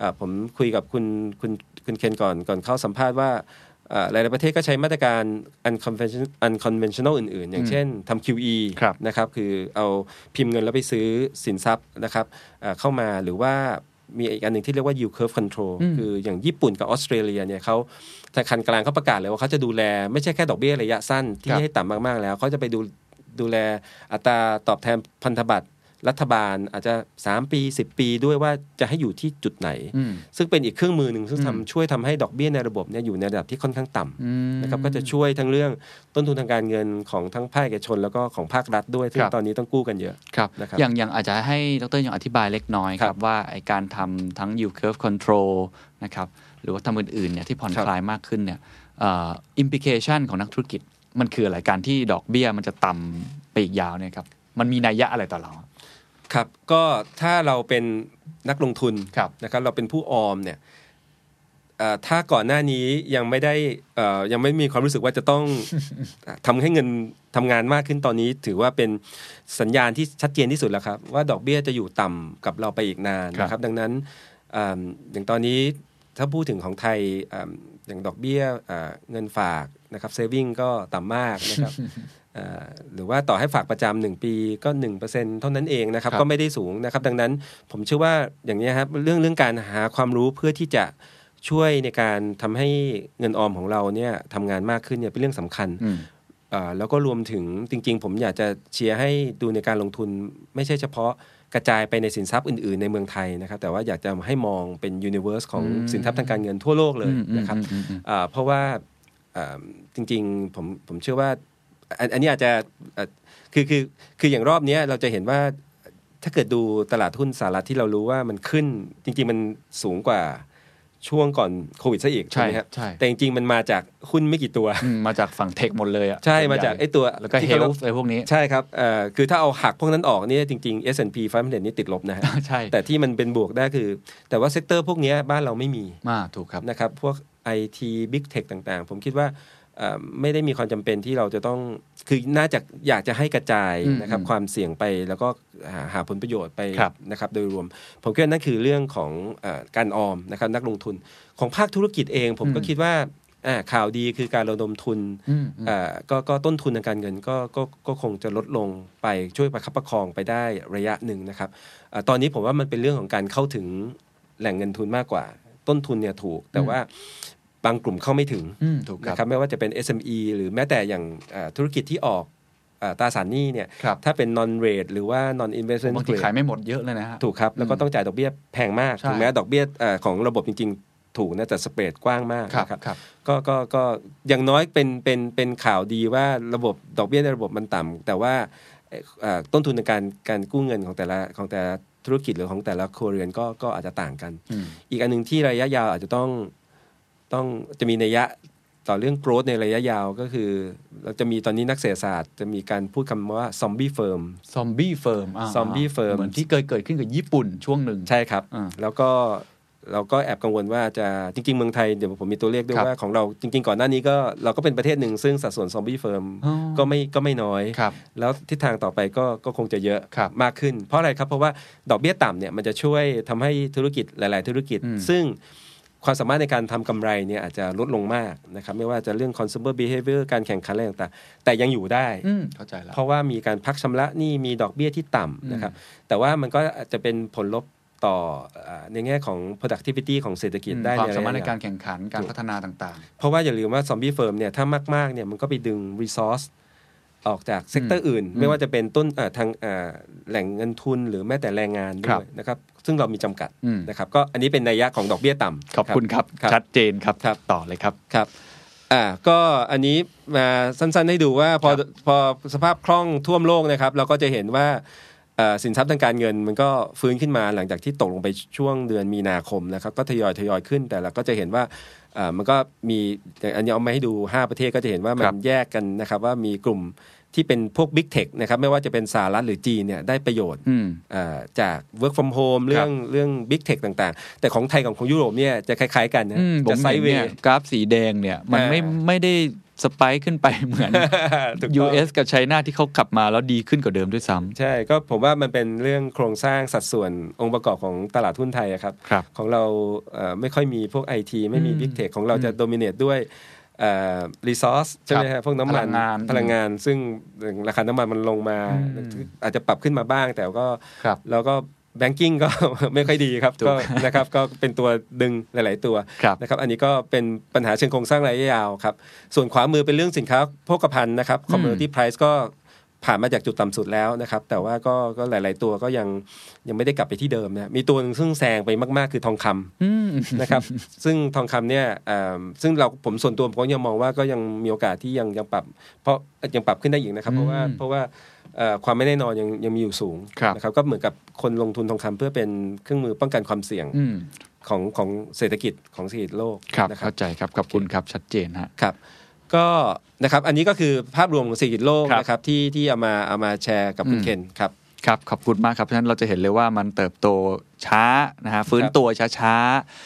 [SPEAKER 3] อ่าผมคุยกับคุณคุณคุณเคนก่อนก่อนเข้าสัมภาษณ์ว่าอ่าหลาย ๆ ประเทศก็ใช้มาตรการ unconventional unconventional อื่น ๆ อย่างเช่นทำ QE
[SPEAKER 2] ครับ
[SPEAKER 3] นะครับ คือเอาพิมพ์เงินแล้วไปซื้อสินทรัพย์นะครับอ่าเข้ามาหรือว่ามีอีกอันหนึ่งที่เรียกว่า yield curve control คืออย่างญี่ปุ่นกับออสเตรเลียเนี่ยเขาธนาคารกลางเขาประกาศเลยว่าเขาจะดูแลไม่ใช่แค่ดอกเบี้ยระยะสั้นที่
[SPEAKER 2] ครับ
[SPEAKER 3] ให้ต่ำมาก ๆ แล้วเขาจะไปดูดูแลอัตราตอบแทนพันธบัตรรัฐบาลอาจจะ 3 ปี 10 ปีด้วยว่าจะให้อยู่ที่จุดไหน
[SPEAKER 2] อืม
[SPEAKER 3] ซึ่งเป็นอีกเครื่องมือหนึ่งซึ่ง
[SPEAKER 2] อืม
[SPEAKER 3] ทำช่วยทำให้ดอกเบี้ยในระบบเนี่ยอยู่ในระดับที่ค่อนข้างต่ำ
[SPEAKER 2] อืม
[SPEAKER 3] นะครับก็จะช่วยทั้งเรื่องต้นทุนทางการเงินของทั้งภาคเอกชน แล้วก็ของภาครัฐด้วยซึ่ง
[SPEAKER 2] ครับ
[SPEAKER 3] ตอนนี้ต้องกู้กันเยอะ
[SPEAKER 2] ครับ
[SPEAKER 3] นะครับ
[SPEAKER 2] อย่างอย่างอาจจะให้ดรยังอธิบายเล็กน้อยค
[SPEAKER 3] ครั
[SPEAKER 2] รับบ ว่าไอการทำทั้ง yield curve control นะครับหรือว่าทำอื่นๆเนี่ยที่ผ่อน
[SPEAKER 3] ครับ
[SPEAKER 2] คลายมากขึ้นเนี่ยอิมพิเคชันของนักธุรกิจมันคืออะไรการที่ดอกเบี้ยมันจะต่ำไปอีกยาวเนี่ยครับมันมีนัยยะอะไรต่อเรา
[SPEAKER 3] ครับก็ถ้าเราเป็นนักลงทุน
[SPEAKER 2] ครับ
[SPEAKER 3] นะครับเราเป็นผู้ออมเนี่ยเอ่อถ้าก่อนหน้านี้ยังไม่ได้เอ่อยังไม่มีความรู้สึกว่าจะ ต้อง ทำให้เงินทำงานมากขึ้นตอนนี้ ถือว่าเป็นสัญญาณที่ชัดเจนที่สุดแล้วครับ ว่าดอกเบี้ยจะอยู่ต่ำกับเราไปอีกนาน
[SPEAKER 2] ครับ
[SPEAKER 3] นะครับดังนั้นเอิ่มอย่างตอนนี้ถ้าพูดถึงของไทยเอิ่มอย่างดอกเบี้ยเอ่อเงินฝากนะครับเซฟิงก็ต่ำมากนะครับ เอ่อหรือว่าต่อให้ฝากประจำหนึ่งปีก็ 1%เท่านั้นเองนะครับ
[SPEAKER 2] ครับ
[SPEAKER 3] ก็ไม่ได้สูงนะครับ ดังนั้นผมเชื่อว่าอย่างนี้ยครับเรื่องเรื่องการหาความรู้เพื่อที่จะช่วยในการทำให้เงินออมของเราเนี่ยทำงานมากขึ้นเนี่ยเป็นเรื่องสำคัญ
[SPEAKER 2] อืม
[SPEAKER 3] เอ่อแล้วก็รวมถึงจริง ๆ ผมอยากจะเชียร์ให้ดูในการลงทุน ไม่ใช่เฉพาะกระจายไปในสินทรัพย์อื่น ๆ ในเมืองไทยนะครับ แต่ว่าอยากจะให้มองเป็นยูนิเวอร์สของสินทรัพย์ทางการเงินทั่วโลกเลยนะครับ
[SPEAKER 2] อืมอืมอืม
[SPEAKER 3] อ่าเพราะว่าอ่าจริงๆผมผมเชื่อว่าอันอันนี้อาจจะอ่ะคือคือคืออย่างรอบเนี้ยเราจะเห็นว่าถ้าเกิดดูตลาดหุ้นสหรัฐที่เรารู้ว่ามันขึ้นจริง ๆ มันสูงกว่าช่วงก่อนโควิดซะอีก
[SPEAKER 2] ใช่
[SPEAKER 3] ไหมครับ
[SPEAKER 2] ใช่
[SPEAKER 3] แต่จริงๆ มันมาจากหุ้นไม่ กี่ตัว
[SPEAKER 2] อืมมาจากฝั่งเทคหมดเลยอ่ะ
[SPEAKER 3] ใช่มาจากไอ้ตัว
[SPEAKER 2] แล้วก็
[SPEAKER 3] ที่
[SPEAKER 2] เฮ
[SPEAKER 3] ขา
[SPEAKER 2] ลท์อะไรพวกนี้
[SPEAKER 3] ใช่ครับเอ่อคือถ้าเอาหักพวกนั้นออกเนี่ยจริงๆ S&P 500นี่ติดลบนะฮะ
[SPEAKER 2] ใช่
[SPEAKER 3] แต่ที่มันเป็นบวกได้คือ แต่ว่าเซกเตอร์พวกเนี้ยบ้านเราไม่มี
[SPEAKER 2] มากถูกครับ
[SPEAKER 3] นะครับพวก IT Big Tech ต่างๆ ผมคิดว่าเอ่อไม่ได้มีความจำเป็นที่เราจะต้องคือน่าจะอยากจะให้กระจาย
[SPEAKER 2] อืม
[SPEAKER 3] นะครับ
[SPEAKER 2] อืม
[SPEAKER 3] ความเสี่ยงไปแล้วก็หาหาผลประโยชน์ไป
[SPEAKER 2] ครับ
[SPEAKER 3] นะครับโดยรวม ผมคิดว่านั่นคือเรื่องของเออการออมนะครับนักลงทุนของภาคธุรกิจเอง ผมก็
[SPEAKER 2] อืม
[SPEAKER 3] คิดว่าอ่าข่าวดีคือการระดมทุน
[SPEAKER 2] อืมอืม
[SPEAKER 3] เอ่อก็ก็ต้นทุนทางการเงินก็ก็ก็คงจะลดลงไปช่วยประคับประคองไปได้ระยะหนึ่งนะครับเอ่อตอนนี้ผมว่ามันเป็นเรื่องของการเข้าถึงแหล่งเงินทุนมากกว่า ต้นทุนเนี่ยถูกแต่
[SPEAKER 2] อืม
[SPEAKER 3] ว่า บางกลุ่มเข้าไม่ถึง
[SPEAKER 2] อืมถูก
[SPEAKER 3] นะค
[SPEAKER 2] ค
[SPEAKER 3] รั
[SPEAKER 2] รั
[SPEAKER 3] บบ ไม่ว่าจะเป็น SME หรือแม้แต่อย่างเอ่อธุรกิจที่ออกเอ่อตราสารหนี้เนี่ย
[SPEAKER 2] ครับ
[SPEAKER 3] ถ้าเป็น non rate หรือว่า non investment
[SPEAKER 2] บางที
[SPEAKER 3] grade
[SPEAKER 2] ขายไม่หมดเยอะเลยนะฮะ
[SPEAKER 3] ถูกครับ แล้วก็
[SPEAKER 2] อืม
[SPEAKER 3] ต้องจ่ายดอกเบี้ยแพงมาก
[SPEAKER 2] ใช่
[SPEAKER 3] ถึงแม้ดอกเบี้ยเอ่อของระบบจริง ๆ ถูกนะแต่สเปรดกว้างมาก
[SPEAKER 2] ครับ
[SPEAKER 3] นะครับ
[SPEAKER 2] ครับ
[SPEAKER 3] ก็ก็ก็อย่างน้อยเป็นเป็นเป็นข่าวดีว่าระบบดอกเบี้ยในระบบมันต่ำแต่ว่าเอ่อเอ่อต้นทุนในการการกู้เงินของแต่ละของแต่ละธุรกิจหรือของแต่ละครัวเรือนก็ก็อาจจะต่างกัน
[SPEAKER 2] อืม
[SPEAKER 3] อีกอันหนึ่งที่ระยะยาวอาจจะต้องต้องจะมีนัยยะต่อเรื่องโกรธในระยะยาวก็คือ เราจะมีตอนนี้นักเศรษฐศาสตร์ จะมีการพูดคำว่าซอมบี้เฟิร์ม
[SPEAKER 2] ซอมบี้เฟิร์ม
[SPEAKER 3] Zombie firm
[SPEAKER 2] เหมือนที่เคยเกิดขึ้นกับญี่ปุ่นช่วงหนึ่ง
[SPEAKER 3] ใช่ครับ
[SPEAKER 2] อ่า
[SPEAKER 3] แล้วก็เราก็แอบกังวลว่าจะจริง ๆ เมืองไทยเดี๋ยวผมมีตัวเลขด้วย
[SPEAKER 2] ครับ
[SPEAKER 3] ว่าของเราจริง ๆ ก่อนหน้านี้ก็เราก็เป็นประเทศหนึ่งซึ่งสัดส่วนซอมบี้เฟิร์ม
[SPEAKER 2] อ๋อ
[SPEAKER 3] ก็ไม่ก็ไม่น้อย
[SPEAKER 2] ครับ
[SPEAKER 3] แล้วทิศทางต่อไปก็ก็คงจะเยอะ
[SPEAKER 2] ครับ
[SPEAKER 3] มากขึ้น เพราะอะไรครับ เพราะว่าดอกเบี้ยต่ำเนี่ยมันจะช่วยทำให้ธุรกิจหลาย ๆ ธุรกิจ
[SPEAKER 2] อืม
[SPEAKER 3] ซึ่งความสามารถในการทำกำไรเนี่ยอาจจะลดลงมากนะครับไม่ว่าจะเรื่อง consumer behavior การแข่งขันอะไรต่างๆ แต่ยังอยู่ได้
[SPEAKER 2] ืมเข้าใจแล้ว
[SPEAKER 3] เพราะว่ามีการพักชำระหนี้มีดอกเบี้ยที่ต่ำนะครับ แต่ว่ามันก็อาจจะเป็นผลลบต่อเอ่อในแง่ของ productivity ของเศรษฐกิจได้
[SPEAKER 2] ความ
[SPEAKER 3] ใน
[SPEAKER 2] สามารถใน
[SPEAKER 3] ระยะ
[SPEAKER 2] การแข่งขันการพัฒนาต่าง
[SPEAKER 3] เพราะว่าอย่าลืมว่าซอมบี้เฟิร์มเนี่ยถ้ามาก ๆ เนี่ยมันก็ไปดึง resource ออกจากเซกเตอร์อื่น ไม่ว่าจะเป็นต้นเอ่อทางเอ่อแหล่งเงินทุนหรือแม้แต่แรงงานด้
[SPEAKER 2] ครับ
[SPEAKER 3] วยนะครับ ซึ่งเรามีจำกัด
[SPEAKER 2] อืม
[SPEAKER 3] นะครับ ก็อันนี้เป็นนัยยะของดอกเบี้ยต่ำ
[SPEAKER 2] ๆ ขอบคุณครับ
[SPEAKER 3] ครับ
[SPEAKER 2] ชัดเจนครับ
[SPEAKER 3] ครับ
[SPEAKER 2] ต่อเลยครับ
[SPEAKER 3] ครับ อ่า ก็อันนี้มาสั้นๆให้ดูว่าพอพอสภาพคล่องท่วมโลกนะครับ เราก็จะเห็นว่าเอ่อสินทรัพย์ทางการเงินมันก็ฟื้นขึ้นมาหลังจากที่ตกลงไปช่วงเดือนมีนาคมนะครับ ก็ทยอยทยอยขึ้นแต่เราก็จะเห็นว่าเอ่อมันก็มีอย่างอันนี้เอามาให้ดู 5 ประเทศก็จะเห็นว่ามั
[SPEAKER 2] ครั
[SPEAKER 3] น
[SPEAKER 2] บ
[SPEAKER 3] แยกกันนะครับว่ามีกลุ่มที่เป็นพวก Big Tech นะครับไม่ว่าจะเป็นสหรัฐหรือจีนเนี่ยได้ประโยชน์
[SPEAKER 2] อืม
[SPEAKER 3] เอ่อจาก work from home เรื่องเรื่อง big tech ต่างๆ แต่ของไทยกับของยุโรปเนี่ยจะคล้ายๆกันนะ
[SPEAKER 2] อืมผม
[SPEAKER 3] จะไซ
[SPEAKER 2] เห็น
[SPEAKER 3] ด์เว
[SPEAKER 2] เนี่ย
[SPEAKER 3] ย์
[SPEAKER 2] กราฟสีแดงเนี่ย มัน
[SPEAKER 3] อ่า
[SPEAKER 2] ไม่ไม่ได้ สไปค์ขึ้นไปเหมือน
[SPEAKER 3] ถูกต้อง
[SPEAKER 2] US กับไชน่าที่เขากลับมาแล้วดีขึ้นกว่าเดิมด้วยซ้ำ
[SPEAKER 3] ใช่ก็ผมว่ามันเป็นเรื่องโครงสร้างสัดส่วนองค์ประกอบของตลาดหุ้นไทยอะครับ
[SPEAKER 2] ครับ
[SPEAKER 3] ของเราเอ่อไม่ค่อยมีพวกไอทีไม่มี
[SPEAKER 2] อืม
[SPEAKER 3] บิ๊กเทคของเราจะโดมิเนตด้วยรีซอสใช่ไหม
[SPEAKER 2] ครั
[SPEAKER 3] ฮะ
[SPEAKER 2] บ
[SPEAKER 3] พวกน้ำมั
[SPEAKER 2] พลั
[SPEAKER 3] น
[SPEAKER 2] งงาน
[SPEAKER 3] พลังงาน ซึ่งราคาน้ำมันมันลงมา
[SPEAKER 2] อืม
[SPEAKER 3] อาจจะปรับขึ้นมาบ้าง แต่ก็
[SPEAKER 2] ครับ
[SPEAKER 3] แล้วก็แบงกิ้งก็ ไม่ค่อยดีครับ
[SPEAKER 2] ถูก
[SPEAKER 3] ก็นะครับก็เป็นตัวดึงหลาย ๆ ตัว
[SPEAKER 2] ครับ
[SPEAKER 3] นะครับอันนี้ก็เป็นปัญหาเชิงโครงสร้างระยะยาวครับ ส่วนขวามือเป็นเรื่องสินค้าโภคภัณฑ์นะครับ commodity price ก็ผ่านมาจากจุดต่ำสุดแล้วนะครับ แต่ว่าก็ก็หลาย ๆ ตัวก็ยังยังไม่ได้กลับไปที่เดิมนะมีตัวหนึ่งซึ่งแซงไปมาก ๆ คือทองคำ นะครับซึ่งทองคำเนี่ยเอิ่มซึ่งเราผมส่วนตัวผมก็ยังมองว่าก็ยังมีโอกาสที่ยังยังปรับ เพราะยังปรับขึ้นได้อีกนะครับ เพราะว่า
[SPEAKER 2] อืม
[SPEAKER 3] เพราะว่าเอ่อความไม่แน่นอนยังยังมีอยู่สูง
[SPEAKER 2] ครับ
[SPEAKER 3] นะครับก็เหมือนกับคนลงทุนทองคำเพื่อเป็นเครื่องมือป้องกันความเสี่ยง
[SPEAKER 2] อืม
[SPEAKER 3] ของของเศรษฐกิจของเศรษฐกิจโลก
[SPEAKER 2] ครับ
[SPEAKER 3] นะครั
[SPEAKER 2] เข้า
[SPEAKER 3] บ
[SPEAKER 2] ใจครับขอบคุณครับชัดเจนฮะ
[SPEAKER 3] ครับก็นะครับอันนี้ก็คือภาพรวมของเศรษฐกิจโลก
[SPEAKER 2] ครับ
[SPEAKER 3] นะครับที่ที่เอามาเอามาแชร์กับคุ
[SPEAKER 2] อื
[SPEAKER 3] ณ
[SPEAKER 2] ม
[SPEAKER 3] เคนครับ
[SPEAKER 2] ครับขอบคุณมากครับเพราะฉะนั้นเราจะเห็นเลยว่ามันเติบโตช้านะฮะฟื้นตัวช้า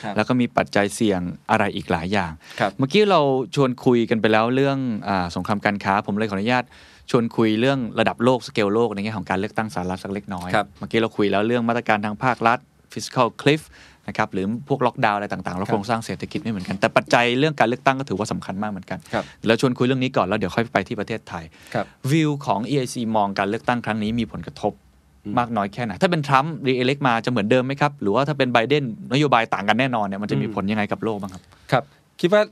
[SPEAKER 3] ครับ
[SPEAKER 2] ๆ แล้วก็มีปัจจัยเสี่ยงอะไรอีกหลายอย่าง
[SPEAKER 3] ครับ
[SPEAKER 2] เมื่อกี้เราชวนคุยกันไปแล้วเรื่องอาสงครามการค้า ผมเลยขออนุญาตชวนคุยเรื่องระดับโลกสเกลโลกในแง่ของการเลือกตั้งสหรัฐสักเล็กน้อย
[SPEAKER 3] ครับ
[SPEAKER 2] เมื่อกี้เราคุยแล้วเรื่องมาตรการทางภาครัฐ fiscal cliff นะครับหรือพวกล็อกดาวน์อะไรต่างๆแล้ว
[SPEAKER 3] ครับ
[SPEAKER 2] โครงสร้างเศรษฐกิจไม่เหมือนกันแต่ปัจจัยเรื่องการเลือกตั้งก็ถือว่าสำคัญมากเหมือนกัน
[SPEAKER 3] ครับ
[SPEAKER 2] เราชวนคุยเรื่องนี้ก่อนแล้วเดี๋ยวค่อยไปที่ประเทศไทย
[SPEAKER 3] ครับ
[SPEAKER 2] วิวของ EIC มองการเลือกตั้งครั้งนี้มีผลกระทบมากน้อยแค่ไหน ถ้าเป็นทรัมป์รีเอเล็กมาจะเหมือนเดิมไหมครับ หรือว่าถ้าเป็นไบเดนนโยบายต่างกันแน่นอนเนี่ยมันจะมีผลยังไงกับโลกบ้างครับ
[SPEAKER 3] ครับคิดว่า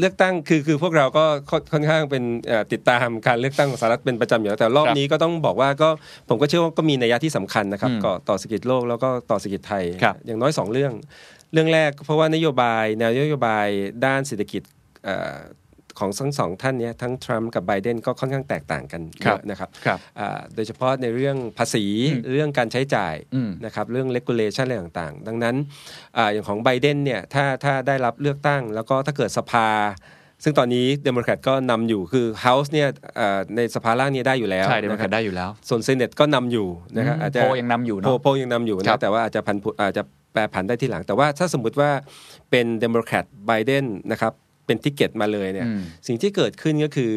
[SPEAKER 3] เลือกตั้งคือคือพวกเราก็ค่อนค่อนข้างเป็นเอ่อติดตามการเลือกตั้งของสหรัฐเป็นประจำอยู่แล้วแต่รอบ
[SPEAKER 2] ครับ
[SPEAKER 3] นี้ก็ต้องบอกว่าก็ผมก็เชื่อว่าก็มีนัยยะที่สำคัญนะครับ
[SPEAKER 2] อืม
[SPEAKER 3] ก็ต่อเศรษฐกิจโลกแล้วก็ต่อเศรษฐกิจไทย
[SPEAKER 2] ครับ
[SPEAKER 3] อย่างน้อย 2 เรื่อง เรื่องแรกเพราะว่านโยบายแนวนโยบายด้านเศรษฐกิจเอ่อของทั้งสองท่านเนี้ยทั้งทรัมป์กับไบเดนก็ค่อนข้างแตกต่างกัน
[SPEAKER 2] ครับ
[SPEAKER 3] เยอะนะครับ
[SPEAKER 2] ครับ
[SPEAKER 3] อ่าโดยเฉพาะในเรื่องภาษี
[SPEAKER 2] อืม
[SPEAKER 3] เรื่องการใช้จ่าย
[SPEAKER 2] อืม
[SPEAKER 3] นะครับเรื่อง regulation อะไรต่างๆ ดังนั้นอาอย่างของไบเดนเนี่ยถ้าถ้าได้รับเลือกตั้ง แล้วก็ถ้าเกิดสภา ซึ่งตอนนี้เดโมแครตก็นำอยู่คือ House เนี่ยอ่าในสภาล่างเนี่ยได้อยู่แล้ว
[SPEAKER 2] ใช่เดโม
[SPEAKER 3] นะ
[SPEAKER 2] แค
[SPEAKER 3] ค
[SPEAKER 2] ร
[SPEAKER 3] รั
[SPEAKER 2] ต
[SPEAKER 3] บ
[SPEAKER 2] ได้อยู่แล้ว
[SPEAKER 3] ส่วนเซเนตก็นำอยู่นะครับ
[SPEAKER 2] อืม
[SPEAKER 3] อาจจะ
[SPEAKER 2] โพลยังนำอยู่เนอะ
[SPEAKER 3] โพลโพลยังนำอยู่
[SPEAKER 2] ครั
[SPEAKER 3] นะ
[SPEAKER 2] บ
[SPEAKER 3] แต่ว่าอาจจะพันผุอาจจะแปรผันได้ทีหลัง แต่ว่าถ้าสมมุติว่าเป็นเดโมแครตไบเดนนะครับเป็นทิกเก็ตมาเลยเนี่ย
[SPEAKER 2] อืม
[SPEAKER 3] สิ่งที่เกิดขึ้นก็คือ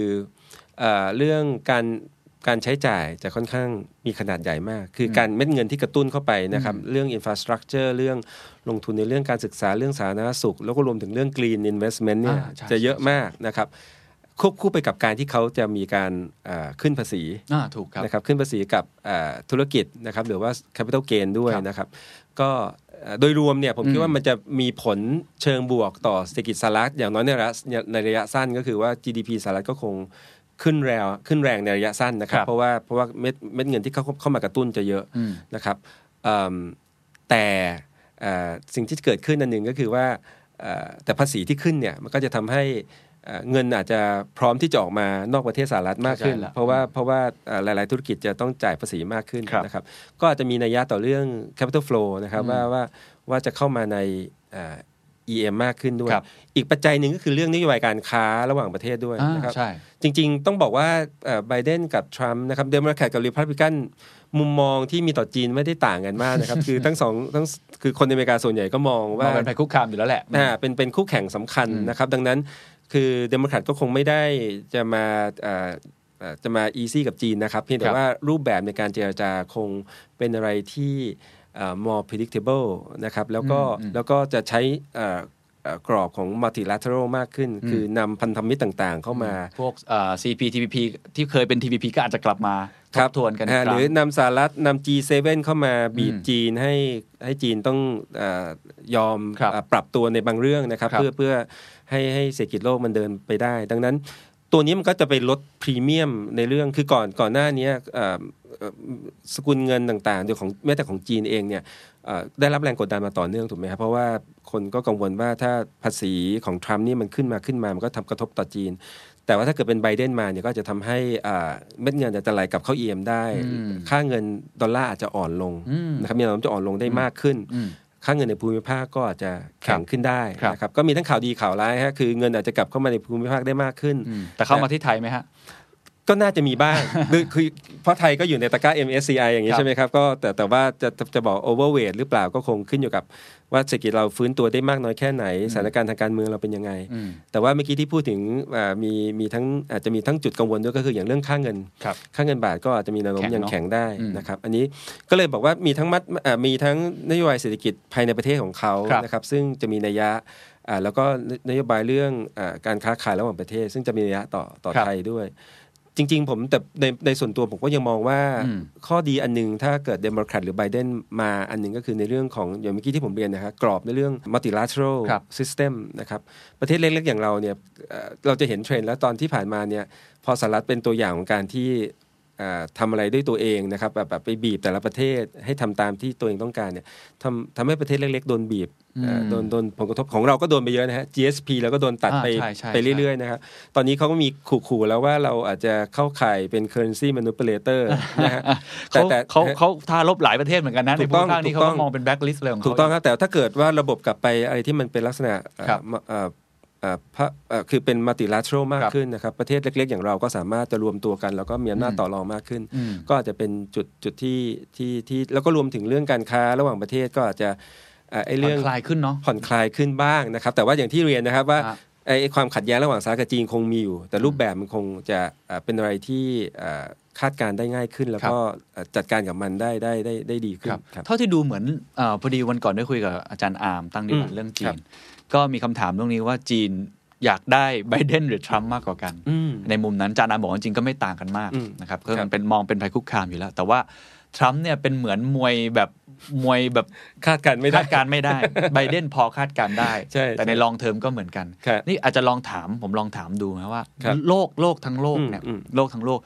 [SPEAKER 3] เอ่อเรื่องการการใช้จ่ายจะค่อนข้างมีขนาดใหญ่มาก คือการเม็ดเงินที่กระตุ้นเข้าไปนะครับเรื่อง infrastructure เรื่องลงทุนในเรื่องการศึกษาเรื่องสาธารณสุข แล้วก็รวมถึงเรื่อง green investment เนี่ย
[SPEAKER 2] อ่าใช่
[SPEAKER 3] จะเยอะมากนะครับควบคู่ไปกับการที่เขาจะมีการเอ่อขึ้นภาษี
[SPEAKER 2] อ่าถูกครับ
[SPEAKER 3] นะครับขึ้นภาษีกับเอ่อธุรกิจนะครับหรือว่า capital gain ด้วย
[SPEAKER 2] ครับ
[SPEAKER 3] นะครับก็เอ่อโดยรวมเนี่ยผมคิดว่ามันจะมีผลเชิงบวกต่อเศรษฐกิจสหรัฐอย่างน้อยในระยะในระยะสั้นก็คือว่า GDP สหรัฐก็คงขึ้นแรงขึ้นแรงในระยะสั้นนะครับ
[SPEAKER 2] ครับ
[SPEAKER 3] เพราะว่าเพราะว่าเม็ดเม็ดเงินที่เข้าเข้ามากระตุ้นจะเยอะ
[SPEAKER 2] อืม
[SPEAKER 3] นะครับเอิ่มแต่เอ่อสิ่งที่เกิดขึ้นอันหนึ่งก็คือว่าเอ่อแต่ภาษีที่ขึ้นเนี่ยมันก็จะทำให้เอ่อเงินอาจจะพร้อมที่จะออกมานอกประเทศสหรัฐมากขึ้น
[SPEAKER 2] เข้าใจละ
[SPEAKER 3] เพราะว่าเพราะว่าเอ่อหลาย ๆ ธุรกิจจะต้องจ่ายภาษีมากขึ้น
[SPEAKER 2] ครับ
[SPEAKER 3] นะครับ ก็อาจจะมีนัยยะต่อเรื่อง capital flow นะครับว่าว่าว่าจะเข้ามาในเอ่อ EM มากขึ้นด้วย
[SPEAKER 2] ครับ
[SPEAKER 3] อีกปัจจัยหนึ่งก็คือเรื่องนโยบายการค้าระหว่างประเทศด้วย
[SPEAKER 2] อ่า
[SPEAKER 3] นะครับ
[SPEAKER 2] ใช่
[SPEAKER 3] จริง ๆ ต้องบอกว่าไบเดนกับทรัมป์นะครับเดโมแครตกับรีพับลิกันมุมมองที่มีต่อจีนไม่ได้ต่างกันมาก นะครับ คือทั้งสองทั้งคือคนในอเมริกาส่วนใหญ่ก็มอง
[SPEAKER 2] ว่า
[SPEAKER 3] ว่า
[SPEAKER 2] เป็นภัยคุกคามอยู่แล้วแหละ
[SPEAKER 3] อ่าเป็นเป็นคู่แข่งสำคัญ
[SPEAKER 2] อืม
[SPEAKER 3] นะครับ ดังนั้นคือเดโมแครตก็คงไม่ได้จะมาอ่าอ่าจะมาอีซี่กับจีนนะครับ เพียง
[SPEAKER 2] ค
[SPEAKER 3] แต่
[SPEAKER 2] รับ
[SPEAKER 3] ว่ารูปแบบในการเจรจาคงเป็นอะไรที่อ่า more predictable นะครับแล้วก็
[SPEAKER 2] อืมอืม
[SPEAKER 3] แล้วก็จะใช้อ่าอ่ากรอบของ multilateral มากขึ้น
[SPEAKER 2] อืม
[SPEAKER 3] คือนำพันธมิตรต่างๆเข้ามา
[SPEAKER 2] พวกเอ่อ CPTPP ที่เคยเป็น TPP ก็อาจจะกลับมาท
[SPEAKER 3] ครับ
[SPEAKER 2] บทวนกัน
[SPEAKER 3] อ่า
[SPEAKER 2] ค
[SPEAKER 3] ห
[SPEAKER 2] รั้ง
[SPEAKER 3] รือนำสหรัฐนำ G7 เข้ามาบีบ
[SPEAKER 2] อืม
[SPEAKER 3] จีนให้ให้จีนต้องอายอม
[SPEAKER 2] ครับ
[SPEAKER 3] อ่าปรับตัวในบางเรื่องนะครับ
[SPEAKER 2] ครับ
[SPEAKER 3] เพื่อเพื่อให้ให้เศรษฐกิจโลกมันเดินไปได้ ดังนั้นตัวนี้มันก็จะไปลดพรีเมียมในเรื่องคือก่อนก่อนหน้านี้อ่าเอ่อสกุลเงินต่างๆโดยของแม้แต่ของจีนเองเนี่ยเอ่อได้รับแรงกดดันมาต่อเนื่องถูกไหมครับเพราะว่าคนก็กังวลว่าถ้าภาษีของทรัมป์นี่มันขึ้นมาขึ้นมามันก็ทำกระทบต่อจีน แต่ว่าถ้าเกิดเป็นไบเดนมาเนี่ยก็จะทำให้อ่าเม็ดเงินอาจจะไหลกลับเข้าเอ็มได้
[SPEAKER 2] อืม
[SPEAKER 3] ค่าเงินดอลลาร์อาจจะอ่อนลง
[SPEAKER 2] อืม
[SPEAKER 3] นะครับมีแนวโน้มจะอ่อนลงได้มากขึ้น
[SPEAKER 2] อืม
[SPEAKER 3] ค่าเงินในภูมิภาคก็อาจจะแข็งขึ้นได้
[SPEAKER 2] ครับ
[SPEAKER 3] นะครับก็มีทั้งข่าวดีข่าวร้ายฮะคือเงินอาจจะกลับเข้ามาในภูมิภาคได้มากขึ้น
[SPEAKER 2] อืมแต่เข้ามาที่ไทยไหมฮะ
[SPEAKER 3] ก็น่าจะมี บ้าง คือคือเพราะไทยก็อยู่ในตะกร้า MSCI อย่างนี้
[SPEAKER 2] ครับ
[SPEAKER 3] ใช่ไหมครับ ก็แต่แต่ว่าจะจะจะบอก overweight หรือเปล่าก็คงขึ้นอยู่กับว่าเศรษฐกิจเราฟื้นตัวได้มากน้อยแค่ไหน สถานการณ์ทางการเมืองเราเป็นยังไง
[SPEAKER 2] อืม
[SPEAKER 3] แต่ว่าเมื่อกี้ที่พูดถึงอ่ามีมีทั้งอาจจะมีทั้งจุดกังวลด้วยก็คืออย่างเรื่องค่าเงิน
[SPEAKER 2] ครับ
[SPEAKER 3] ค่าเงินบาทก็อาจจะมีแนวโน้ม
[SPEAKER 2] แข็งเนอะ
[SPEAKER 3] ยังแข็งได้
[SPEAKER 2] อืม
[SPEAKER 3] นะครับ อันนี้ก็เลยบอกว่ามีทั้งมัดอ่ามีทั้งนโยบายเศรษฐกิจภายในประเทศของเขา
[SPEAKER 2] ครับ
[SPEAKER 3] นะครับ ซึ่งจะมีนัยยะอ่าแล้วก็นโยบายเรื่องอาการค้าขายระหว่างประเทศ ซึ่งจะมีนัยยะต่อต่อ
[SPEAKER 2] ครับ
[SPEAKER 3] ไทยด้วย จริง ๆ ผมแต่ในในส่วนตัวผมก็ยังมองว่า
[SPEAKER 2] อืม
[SPEAKER 3] ข้อดีอันหนึงถ้าเกิดเดโมแครตหรือไบเดนมาอันหนึงก็คือในเรื่องของอย่างเมื่อกี้ที่ผมเรียนนะครับกรอบในเรื่อง multilateral
[SPEAKER 2] ครับ
[SPEAKER 3] system นะครับ ประเทศเล็ก ๆ อย่างเราเนี่ยเอ่อเราจะเห็นเทรนด์แล้วตอนที่ผ่านมาเนี่ยพอสหรัฐเป็นตัวอย่างของการที่เอ่อทำอะไรด้วยตัวเองนะครับแบบแบบไปบีบแต่ละประเทศให้ทำตามที่ตัวเองต้องการเนี่ยทำทำให้ประเทศเล็ก ๆ โดนบีบเอ่อ
[SPEAKER 2] อืม
[SPEAKER 3] โดนโดนผลกระทบของเราก็โดนไปเยอะนะฮะ GSP แล้วก็โดนตัด
[SPEAKER 2] อ่า
[SPEAKER 3] ไป
[SPEAKER 2] ใช่ใช่
[SPEAKER 3] ไปเรื่อย ๆ นะครับ ตอนนี้เขาก็มีขู่ๆแล้วว่าเราอาจจะเข้าข่ายเป็น currency manipulator นะฮะแต่
[SPEAKER 2] เขา
[SPEAKER 3] แต่
[SPEAKER 2] เขาเขาทารบหลายประเทศเหมือนกันนะ
[SPEAKER 3] ถู
[SPEAKER 2] ใน
[SPEAKER 3] ก
[SPEAKER 2] ภู
[SPEAKER 3] ต้
[SPEAKER 2] มิ
[SPEAKER 3] อง
[SPEAKER 2] ภาคนี้
[SPEAKER 3] ถู
[SPEAKER 2] เขา
[SPEAKER 3] กต้
[SPEAKER 2] ก็
[SPEAKER 3] อง
[SPEAKER 2] มองเป็นแบล็คลิสต์เลยของเขา
[SPEAKER 3] ถูกต้องครับแต่ถ้าเกิดว่าระบบกลับไปอะไรที่มันเป็นลักษณะเอ่อ
[SPEAKER 2] ครับ
[SPEAKER 3] มะเอ่อเอ่อพระเอ่อคือเป็นมัลติลัตรมาก
[SPEAKER 2] ครับ
[SPEAKER 3] ขึ้นนะครับ ประเทศเล็ก ๆ อย่างเราก็สามารถจะรวมตัวกัน แล้วก็มีอำนาจ
[SPEAKER 2] อืม
[SPEAKER 3] ต่อรองมากขึ้น
[SPEAKER 2] อืม
[SPEAKER 3] ก็อาจจะเป็นจุดจุดที่ที่ที่แล้วก็รวมถึงเรื่องการค้าระหว่างประเทศก็อาจจะเอ่อไอ้
[SPEAKER 2] ผ่อ
[SPEAKER 3] เรื่อง
[SPEAKER 2] นคลายขึ้นเนาะ
[SPEAKER 3] ผ่อนคลายขึ้นบ้างนะครับ แต่ว่าอย่างที่เรียนนะครับว่า
[SPEAKER 2] ฮะ
[SPEAKER 3] ไอ้ความขัดแย้งระหว่างสหรัฐกับจีนคงมีอยู่ แต่รูปแบบมันคงจะเอ่อเป็นอะไรที่เอ่อคาดการณ์ได้ง่ายขึ้น แล้ว
[SPEAKER 2] ครับ
[SPEAKER 3] ก็เอ่อจัดการกับมันได้ได้ได้ได้ดีขึ้น
[SPEAKER 2] ครับ
[SPEAKER 3] ครับ
[SPEAKER 2] เท่าที่ดูเหมือนเออพอดีวันก่อนได้คุยกับอาจารย์อาร์มตั้งดีบั
[SPEAKER 3] อื
[SPEAKER 2] ต
[SPEAKER 3] ม
[SPEAKER 2] เรื่องจี
[SPEAKER 3] ครั
[SPEAKER 2] น
[SPEAKER 3] บ
[SPEAKER 2] ก็มีคำถามเรื่องนี้ว่าจีนอยากได้ไบเดนหรือทรัมป์มากกว่ากัน
[SPEAKER 3] อืม
[SPEAKER 2] ในมุมนั้นอาจารย์อาร์มบอกว่าจริงก็ไม่ต่างกันมาก
[SPEAKER 3] อืม
[SPEAKER 2] นะครับก็
[SPEAKER 3] ครั
[SPEAKER 2] มัน
[SPEAKER 3] บ
[SPEAKER 2] เป็นมองเป็นภัยคุกคามอยู่แล้ว แต่ว่าทรัมป์เนี่ยเป็นเหมือนมวยแบบมวยแบบ
[SPEAKER 3] คาดการณ์ไม่ได้
[SPEAKER 2] คาดการณ์ไม่ได้ ไบเดนพอคาดการณ์ได้
[SPEAKER 3] ใช่
[SPEAKER 2] แต่ใน
[SPEAKER 3] ใช่
[SPEAKER 2] ลองเทอมก็เหมือนกัน
[SPEAKER 3] ครับ
[SPEAKER 2] นี่อาจจะลองถามผมลองถามดูนะว่า
[SPEAKER 3] ครับ
[SPEAKER 2] โลกโลกทั้งโลกเนี่ย
[SPEAKER 3] อืมอืม
[SPEAKER 2] โลกทั้งโลก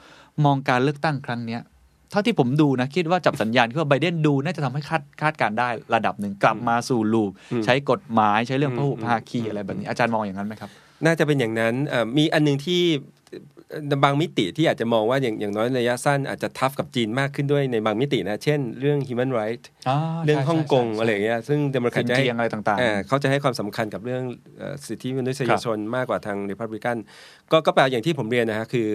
[SPEAKER 2] มองการเลือกตั้งครั้งเนี้ยเท่าที่ผมดูนะ คิดว่าจับสัญญาณคือว่าไบเดนดูน่าจะทำให้คาดคาดการณ์ได้ระดับหนึ่งกลับมาสู่ลูป ใช้กฎหมายใช้เรื่องพหุภาคีอะไรแบบนี้อาจารย์มองอย่างนั้นไหมครับ
[SPEAKER 3] น่าจะเป็นอย่างนั้นเอ่อมีอันหนึงที่เอ่อบางมิติที่อาจจะมองว่าอย่างอย่างน้อยในระยะสั้นอาจจะทัฟกับจีนมากขึ้นด้วยในบางมิตินะ เช่นเรื่อง human right เรื่องฮ่องกงอะไรอย่างเงี้ยซึ่งเดโมแคร
[SPEAKER 2] ขั
[SPEAKER 3] ต
[SPEAKER 2] ด
[SPEAKER 3] จะ
[SPEAKER 2] แย้
[SPEAKER 3] ให้
[SPEAKER 2] งอะไรต่าง
[SPEAKER 3] เอ่อเขาจะให้ความสำคัญกับเรื่องเอ่อสิทธิมนุษย
[SPEAKER 2] ครับ
[SPEAKER 3] ชนมากกว่าทางริพับลิกันก็ก็แปลอย่างที่ผมเรียนนะฮะคือ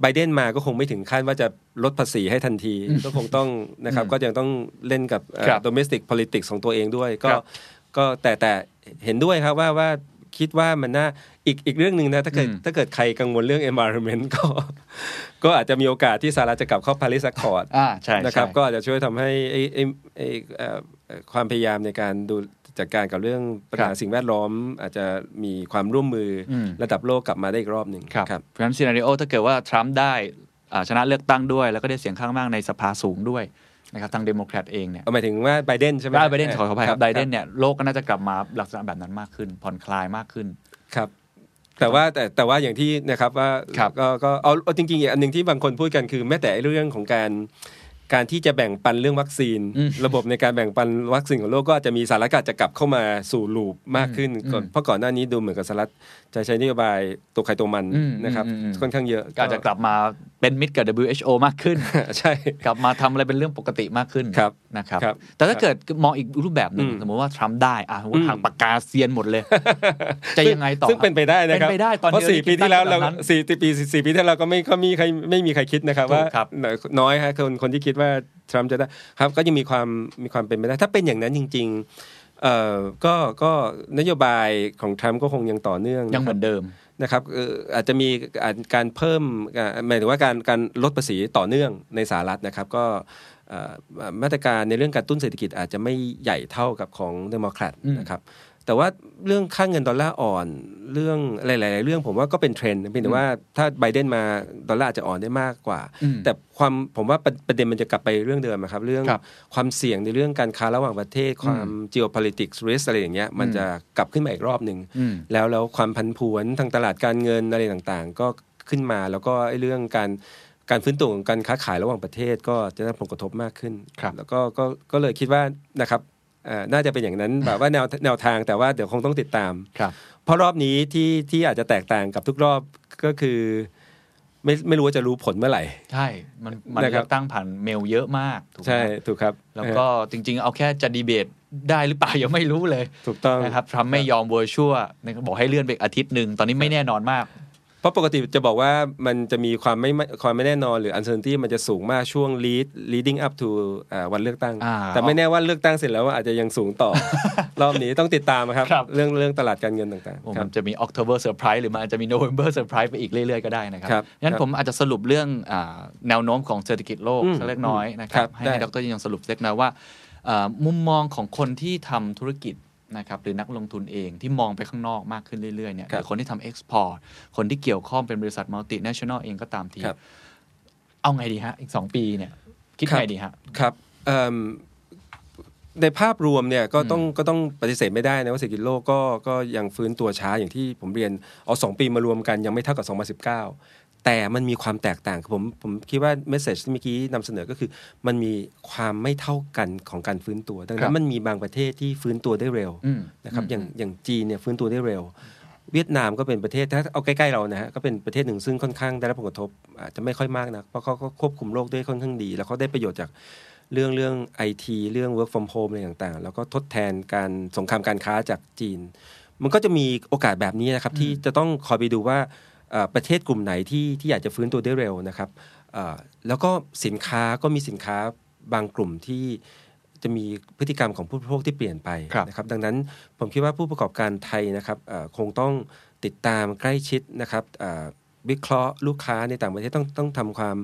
[SPEAKER 3] ไบเดนมาก็คงไม่ถึงขั้นว่าจะลดภาษีให้ทันที ก็คงต้องนะครับ
[SPEAKER 2] อืม
[SPEAKER 3] ก็ยังต้องเล่นกับเอ่อ
[SPEAKER 2] ครับ
[SPEAKER 3] domestic politics ของตัวเองด้วยก็
[SPEAKER 2] ครับ
[SPEAKER 3] ก็แต่แต่เห็นด้วยครับว่าว่าคิดว่ามันน่าอีกอีกเรื่องหนึ่งนะถ้าเกิด
[SPEAKER 2] อืม
[SPEAKER 3] ถ้าเกิดใครกังวลเรื่อง environment ก็ ก็อาจจะมีโอกาสที่สหรัฐจะกลับเข้า Paris Accord
[SPEAKER 2] อ่าใช่
[SPEAKER 3] นะค
[SPEAKER 2] ใช่
[SPEAKER 3] รับก็อาจจะช่วยทำให้ไอ้ไอ้ไอ้เอ่อเอ่อความพยายามในการดูจัดการกับเรื่องปัญ
[SPEAKER 2] ค
[SPEAKER 3] หา
[SPEAKER 2] รับ
[SPEAKER 3] สิ่งแวดล้อม อาจจะมีความร่วมมืออ
[SPEAKER 2] ม
[SPEAKER 3] ระดับโลกกลับมาได้อีกรอบหนึ่ง
[SPEAKER 2] ครับเพราะฉะนั้นซีนารีโอถ้าเกิดว่าทรัมป์ได้อ่าชนะเลือกตั้งด้วย แล้วก็ได้เสียงข้างมากในสภาสูงด้วยนะครับทางเดโมแครตเองเนี่ย
[SPEAKER 3] เอาหมายถึงว่าไบเดนใช่ไหม
[SPEAKER 2] ได้ไบเดนขอขออภัยครับไบเดน
[SPEAKER 3] ค
[SPEAKER 2] เนี่ยโลกก็น่าจะกลับมาลักษณะแบบนั้นมากขึ้น ผ่อนคลายมากขึ้น
[SPEAKER 3] ครับแต่ว่าแต่แต่ว่าอย่างที่นะครับว่า
[SPEAKER 2] ครับ
[SPEAKER 3] ก็ก็เอาเอาจริงๆอีกอันหนึ่งที่บางคนพูดกันคือแม้แต่เรื่องของการการที่จะแบ่งปันเรื่องวัคซีน
[SPEAKER 2] อืม
[SPEAKER 3] ระบบในการแบ่งปันวัคซีนของโลกก็อาจจะมีสหรัฐก็อาจจะกลับเข้ามาสู่ลูปมากขึ้นก่อน
[SPEAKER 2] อืม
[SPEAKER 3] เพราะก่อนหน้านี้ดูเหมือนกับสหรัฐจะใช้นโยบายตัวใครตัวมัน
[SPEAKER 2] อืม
[SPEAKER 3] นะครับ
[SPEAKER 2] อืมอืม
[SPEAKER 3] ค่อนข้างเยอะ
[SPEAKER 2] ก็อาจจะกลับมาเป็นมิตรกับ WHO มากขึ้ น
[SPEAKER 3] ใช่
[SPEAKER 2] กลับมาทำอะไรเป็นเรื่องปกติมากขึ้น
[SPEAKER 3] ครับ
[SPEAKER 2] นะครับ
[SPEAKER 3] ครับ
[SPEAKER 2] แต่ถ้าเกิดมองอีกรูปแบบหนึ่ง
[SPEAKER 3] อืม
[SPEAKER 2] สมมติว่าทรัมป์ได้อ่ะ
[SPEAKER 3] อืม
[SPEAKER 2] ทางปากกาเซียนหมดเลย จะยังไงต่อ
[SPEAKER 3] ซึ่งเป็นไปได้นะครั
[SPEAKER 2] เป็
[SPEAKER 3] บ
[SPEAKER 2] นไปได้ตอนนี้
[SPEAKER 3] เพราะสี่
[SPEAKER 2] เราคิด
[SPEAKER 3] ปีที่แล้วเรา
[SPEAKER 2] แบบนั้น
[SPEAKER 3] สี่ปีสี่ปีที่แล้วเราก็ไม่ก็มีใครไม่มีใครคิดนะครับ
[SPEAKER 2] ถู
[SPEAKER 3] ว่าก
[SPEAKER 2] ครับ
[SPEAKER 3] น้อยฮะคนคนที่คิดว่าทรัมป์จะได้ครับก็ยังมีความมีความเป็นไปได้ ถ้าเป็นอย่างนั้นจริง ๆเอ่อก็ก็นโยบายของทรัมป์ก็คงยังต่อเนื่อง
[SPEAKER 2] ยังเหมือนเดิม
[SPEAKER 3] นะครับเอ่ออาจจะมีอาจการเพิ่มอ่าหมายถึงว่าการการลดภาษีต่อเนื่องในสหรัฐนะครับก็เอ่อมาตรการในเรื่องการตุ้นเศรษฐกิจอาจจะไม่ใหญ่เท่ากับของเดโมแครต
[SPEAKER 2] อืม
[SPEAKER 3] นะครับ แต่ว่าเรื่องค่าเงินดอลลาร์อ่อนเรื่องหลายๆเรื่องผมว่าก็เป็นเทรนด์เพียงแต่ว่าถ้าไบเดนมาดอลลาร์อาจจะอ่อนได้มากกว่า
[SPEAKER 2] อืม
[SPEAKER 3] แต่ความผมว่าประประเด็นมันจะกลับไปเรื่องเดิมอะครับเรื่อง
[SPEAKER 2] ครับ
[SPEAKER 3] ความเสี่ยงในเรื่องการค้าระหว่างประเทศ ความ geopolitics risk อะไรอย่างเงี้ยมัน
[SPEAKER 2] อืม
[SPEAKER 3] จะกลับขึ้นมาอีกรอบหนึ่ง
[SPEAKER 2] อืม
[SPEAKER 3] แล้วแล้วความพันผวนทางตลาดการเงินอะไรต่างๆ ก็ขึ้นมาแล้วก็ไอ้เรื่องการการฟื้นตัวของการค้าขายระหว่างประเทศก็จะได้ผลกระทบมากขึ้น
[SPEAKER 2] ครับ
[SPEAKER 3] แล้วก็ก็ก็เลยคิดว่านะครับเอ่อน่าจะเป็นอย่างนั้น แบบว่าแนวแนวทางแต่ว่าเดี๋ยวคงต้องติดตาม
[SPEAKER 2] ครับ
[SPEAKER 3] เพราะรอบนี้ที่ที่อาจจะแตกต่างกับทุกรอบก็คือไม่ไม่รู้ว่าจะรู้ผลเมื่อไหร่
[SPEAKER 2] ใช่ มันมัน
[SPEAKER 3] นะครับ
[SPEAKER 2] เลือกตั้งผ่านเมลเยอะมากถูกไหม
[SPEAKER 3] ใช่ถูกครับ
[SPEAKER 2] แล้วก็จริง ๆ เอาแค่จะดีเบตได้หรือเปล่ายังไม่รู้เลย
[SPEAKER 3] ถูกต้อง
[SPEAKER 2] นะครับทรัมป์ไม่ยอมเวอร์ชัวนะครับบอกให้เลื่อนไปอีกอาทิตย์หนึ่งตอนนี้ไม่แน่นอนมาก
[SPEAKER 3] ราะปกติจะบอกว่ามันจะมีความไม่ความไม่แน่นอนหรือ uncertainty มันจะสูงมากช่วง lead leading up to อ่าวันเลือกตั้ง
[SPEAKER 2] อ่า
[SPEAKER 3] แต่ไม่แน่ว่าเลือกตั้งเสร็จแล้วอาจจะยังสูง ต่อ รอบนี้ต้องติดตามครับ
[SPEAKER 2] ครับ
[SPEAKER 3] เรื่องเรื่องตลาดการเงินต่าง
[SPEAKER 2] โอ้
[SPEAKER 3] ๆครั
[SPEAKER 2] มั
[SPEAKER 3] บ
[SPEAKER 2] นจะมี October Surprise หรือมันอาจจะมี November Surprise ไปอีกเรื่อยๆ ก็ได้นะครับ
[SPEAKER 3] ครับ
[SPEAKER 2] งั้น
[SPEAKER 3] ครับ
[SPEAKER 2] ผมอาจจะสรุปเรื่องอาแนวโน้มของเศรษฐกิจโลก
[SPEAKER 3] อืม
[SPEAKER 2] สักเล็กน้อยนะค
[SPEAKER 3] ครั
[SPEAKER 2] รับบ ให้
[SPEAKER 3] ได้
[SPEAKER 2] ให้ดรยินยงสรุปเล็กน้อยว่าเอ่อมุมมองของคนที่ทำธุรกิจนะครับหรือนักลงทุนเองที่มองไปข้างนอกมากขึ้นเรื่อยๆเนี่ยห
[SPEAKER 3] ครับ
[SPEAKER 2] รือคนที่ทำเอ็กซ์พอร์ตคนที่เกี่ยวข้องเป็นบริษัทมัลติเนชั่นแนลเองก็ตามที
[SPEAKER 3] ครับ
[SPEAKER 2] เอาไงดีฮะ อีก 2 ปีเนี่ย คิด
[SPEAKER 3] ครับ
[SPEAKER 2] ไงดีฮะ
[SPEAKER 3] ครับเอิ่มในภาพรวมเนี่ยก็ต้องก็ต้องปฏิเสธไม่ได้นะว่าเศรษฐกิจโลกก็ก็ยังฟื้นตัวช้าอย่างที่ผมเรียนเอาสองปีมารวมกันยังไม่เท่ากับ 2019 แต่มันมีความแตกต่างคือผมผมคิดว่าเมสเซจที่เมื่อกี้นำเสนอก็คือ มันมีความไม่เท่ากันของการฟื้นตัว ดัง
[SPEAKER 2] ครั
[SPEAKER 3] นั้น
[SPEAKER 2] บ
[SPEAKER 3] มันมีบางประเทศที่ฟื้นตัวได้เร็ว
[SPEAKER 2] อืม
[SPEAKER 3] นะครับอย่างอย่างจีนเนี่ยฟื้นตัวได้เร็ว เวียดนามก็เป็นประเทศถ้าเอาใกล้ๆเรานะฮะก็เป็นประเทศหนึ่งซึ่งค่อนข้างได้รับผลกระทบอาจจะไม่ค่อยมากนะเพราะเขาก็ควบคุมโรคได้ค่อนข้างดี แล้วเขาได้ประโยชน์จากเรื่องเรื่องไอทีเรื่อง work from home อะไรต่างๆ แล้วก็ทดแทนการสงครามการค้าจากจีน มันก็จะมีโอกาสแบบนี้นะครับที่จะต้องคอยไปดูว่าเอ่อประเทศกลุ่มไหนที่ที่อยากจะฟื้นตัวได้เร็วนะครับเอ่อแล้วก็สินค้าก็มีสินค้าบางกลุ่มที่จะมีพฤติกรรมของผู้บริโภคที่เปลี่ยนไป
[SPEAKER 2] ครับ
[SPEAKER 3] นะครับดังนั้นผมคิดว่าผู้ประกอบการไทยนะครับเอ่อคงต้องติดตามใกล้ชิดนะครับเอ่อวิเคราะห์ลูกค้าในต่างประเทศต้องต้องทำความ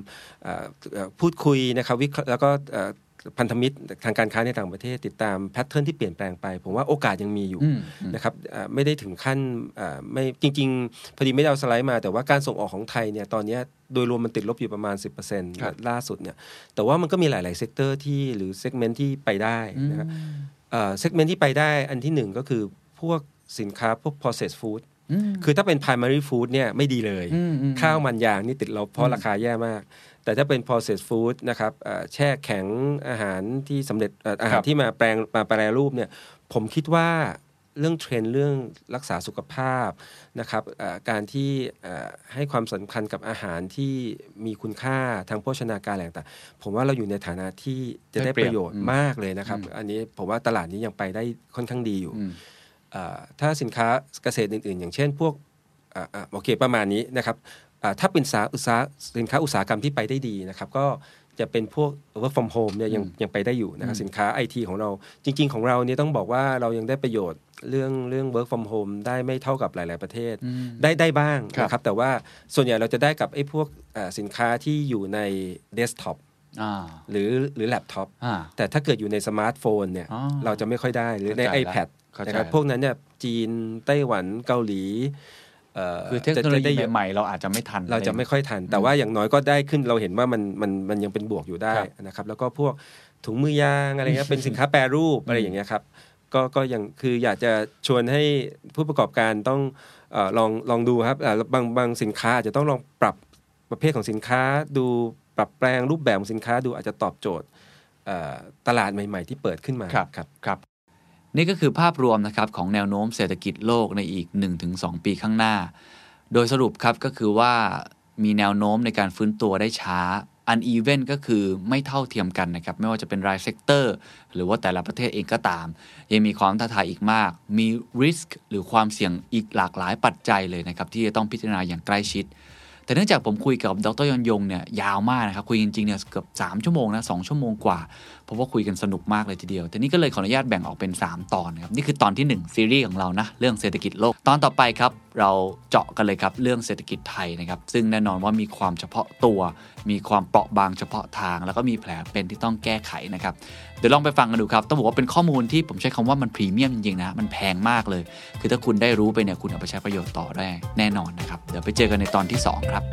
[SPEAKER 3] เอ่อเอ่อพูดคุยนะครับวิเคราะห์แล้วก็เอ่อพันธมิตรทางการค้าในต่างประเทศ ติดตามแพทเทิร์นที่เปลี่ยนแปลงไป ผมว่าโอกาสยังมีอยู่
[SPEAKER 2] อืมอืม
[SPEAKER 3] นะครับเอ่อไม่ได้ถึงขั้นเอ่อไม่จริง ๆ พอดีไม่ได้เอาสไลด์มา แต่ว่าการส่งออกของไทยเนี่ยตอนเนี้ยโดยรวมมันติดลบอยู่ประมาณ
[SPEAKER 2] ครับ
[SPEAKER 3] 10%ล่าสุดเนี่ยแต่ว่ามันก็มีหลาย ๆ เซกเตอร์ที่หรือเซกเมนต์ที่ไปได้นะครับเอ่อเซกเมนต์ที่ไปได้อันที่หนึ่งก็คือพวกสินค้าพวก processed food
[SPEAKER 2] อืม
[SPEAKER 3] คือถ้าเป็น primary food เนี่ยไม่ดีเลย
[SPEAKER 2] มอืม
[SPEAKER 3] ข้าวมันยางนี่ติดลบเพ
[SPEAKER 2] อื
[SPEAKER 3] ราะ
[SPEAKER 2] ม
[SPEAKER 3] ราคาแย่มาก แต่ถ้าเป็น processed food นะครับเอ่อแช่แข็งอาหารที่สำเร็จเอ่ออา
[SPEAKER 2] ค
[SPEAKER 3] หา
[SPEAKER 2] รั
[SPEAKER 3] ร
[SPEAKER 2] บ
[SPEAKER 3] ที่มาแปลงมาแปรรูปเนี่ยผมคิดว่าเรื่องเทรนด์เรื่องรักษาสุขภาพนะครับเอ่อการที่เอ่อให้ความสำคัญกับอาหารที่มีคุณค่าทางโภชนาการอะไรต่างๆผมว่าเราอยู่ในฐานะที่จะได้ประโยชน์มากเลยนะครับ อันนี้ผมว่าตลาดนี้ยังไปได้ค่อนข้างดีอยู่
[SPEAKER 2] อืม
[SPEAKER 3] อ่าถ้าสินค้าเกษตรอื่น ๆ อย่างเช่นพวกอ่าอ่าโอเคประมาณนี้นะครับอ่าถ้าเป็นสาอุตสาหสินค้าอุตสาหกรรมที่ไปได้ดีนะครับก็จะเป็นพวก work from home เนี่ยยังยังไปได้อยู่นะครับสินค้าไอทีของเราจริง ๆ ของเราเนี่ยต้องบอกว่าเรายังได้ประโยชน์เรื่องเรื่อง work from home ได้ไม่เท่ากับหลาย ๆ ประเทศ ได้ได้บ้าง
[SPEAKER 2] ครับ
[SPEAKER 3] นะครับแต่ว่าส่วนใหญ่เราจะได้กับไอ้พวกอ่าสินค้าที่อยู่ในเดสก์ท็อป
[SPEAKER 2] อ่า
[SPEAKER 3] หรือหรือแล็ปท็อป
[SPEAKER 2] อ่า
[SPEAKER 3] แต่ถ้าเกิดอยู่ในสมาร์ทโฟนเนี่ย
[SPEAKER 2] อ๋อ
[SPEAKER 3] เราจะไม่ค่อยได้หรือใน
[SPEAKER 2] เข้าใจละ
[SPEAKER 3] iPad
[SPEAKER 2] เข้าใจ
[SPEAKER 3] นะครับ
[SPEAKER 2] ละ
[SPEAKER 3] พวกนั้นเนี่ยจีนไต้หวันเกาหลีเอ่อ
[SPEAKER 2] คือเทคโนโล
[SPEAKER 3] จะ
[SPEAKER 2] ยี
[SPEAKER 3] ได้เยอะ
[SPEAKER 2] ใหม่ๆเราอาจจะไม่ทัน
[SPEAKER 3] เราจะไม่ค่อยทัน แต่ว่าอย่างน้อยก็ได้ขึ้นเราเห็นว่ามันมันมันยังเป็นบวกอยู่ได้
[SPEAKER 2] ครับ
[SPEAKER 3] นะครับแล้วก็พวกถุงมือยางอะไรเงี้ยเป็นสินค้าแปรรูปอะไรอย่างเงี้ยครับก็ก็ยังคืออยากจะชวนให้ผู้ประกอบการต้องเออลองลองดูครับอ่าบางบางสินค้าอาจจะต้องลองปรับประเภทของสินค้า ดูปรับแปลงรูปแบบของสินค้าดูอาจจะตอบโจทย์เอ่อตลาดใหม่ ๆ ที่เปิดขึ้นมา
[SPEAKER 2] ครับ ครับ นี่ก็คือภาพรวมนะครับของแนวโน้มเศรษฐกิจโลกในอีก 1-2 ปีข้างหน้า โดยสรุปครับก็คือว่ามีแนวโน้มในการฟื้นตัวได้ช้า อันอีเวนก็คือไม่เท่าเทียมกันนะครับ ไม่ว่าจะเป็นรายเซกเตอร์ หรือว่าแต่ละประเทศเองก็ตาม ยังมีความท้าทายอีกมาก มี Risk หรือความเสี่ยงอีกหลากหลายปัจจัยเลยนะครับ ที่จะต้องพิจารณาอย่างใกล้ชิด แต่เนื่องจากผมคุยกับดรยอนยงเนี่ยยาวมากนะครับ คุยจริงๆเนี่ยเกือบ 3 ชั่วโมงนะสชั่วโมงกว่า เพราะว่าคุยกันสนุกมากเลยทีเดียว แต่นี่ก็เลยขออนุญาตแบ่งออกเป็น 3 ตอนนะครับ นี่คือตอนที่ 1 ซีรีส์ของเรานะ เรื่องเศรษฐกิจโลก ตอนต่อไปครับ เราเจาะกันเลยครับ เรื่องเศรษฐกิจไทยนะครับ ซึ่งแน่นอนว่ามีความเฉพาะตัว มีความเปราะบางเฉพาะทาง แล้วก็มีแผลเป็นที่ต้องแก้ไขนะครับ เดี๋ยวลองไปฟังกันดูครับ ต้องบอกว่าเป็นข้อมูลที่ผมใช้คำว่ามันพรีเมียมจริงๆนะ มันแพงมากเลย คือถ้าคุณได้รู้ไปเนี่ย คุณเอาไปใช้ประโยชน์ต่อได้แน่นอนนะครับ เดี๋ยวไปเจอกันในตอนที่สองครับ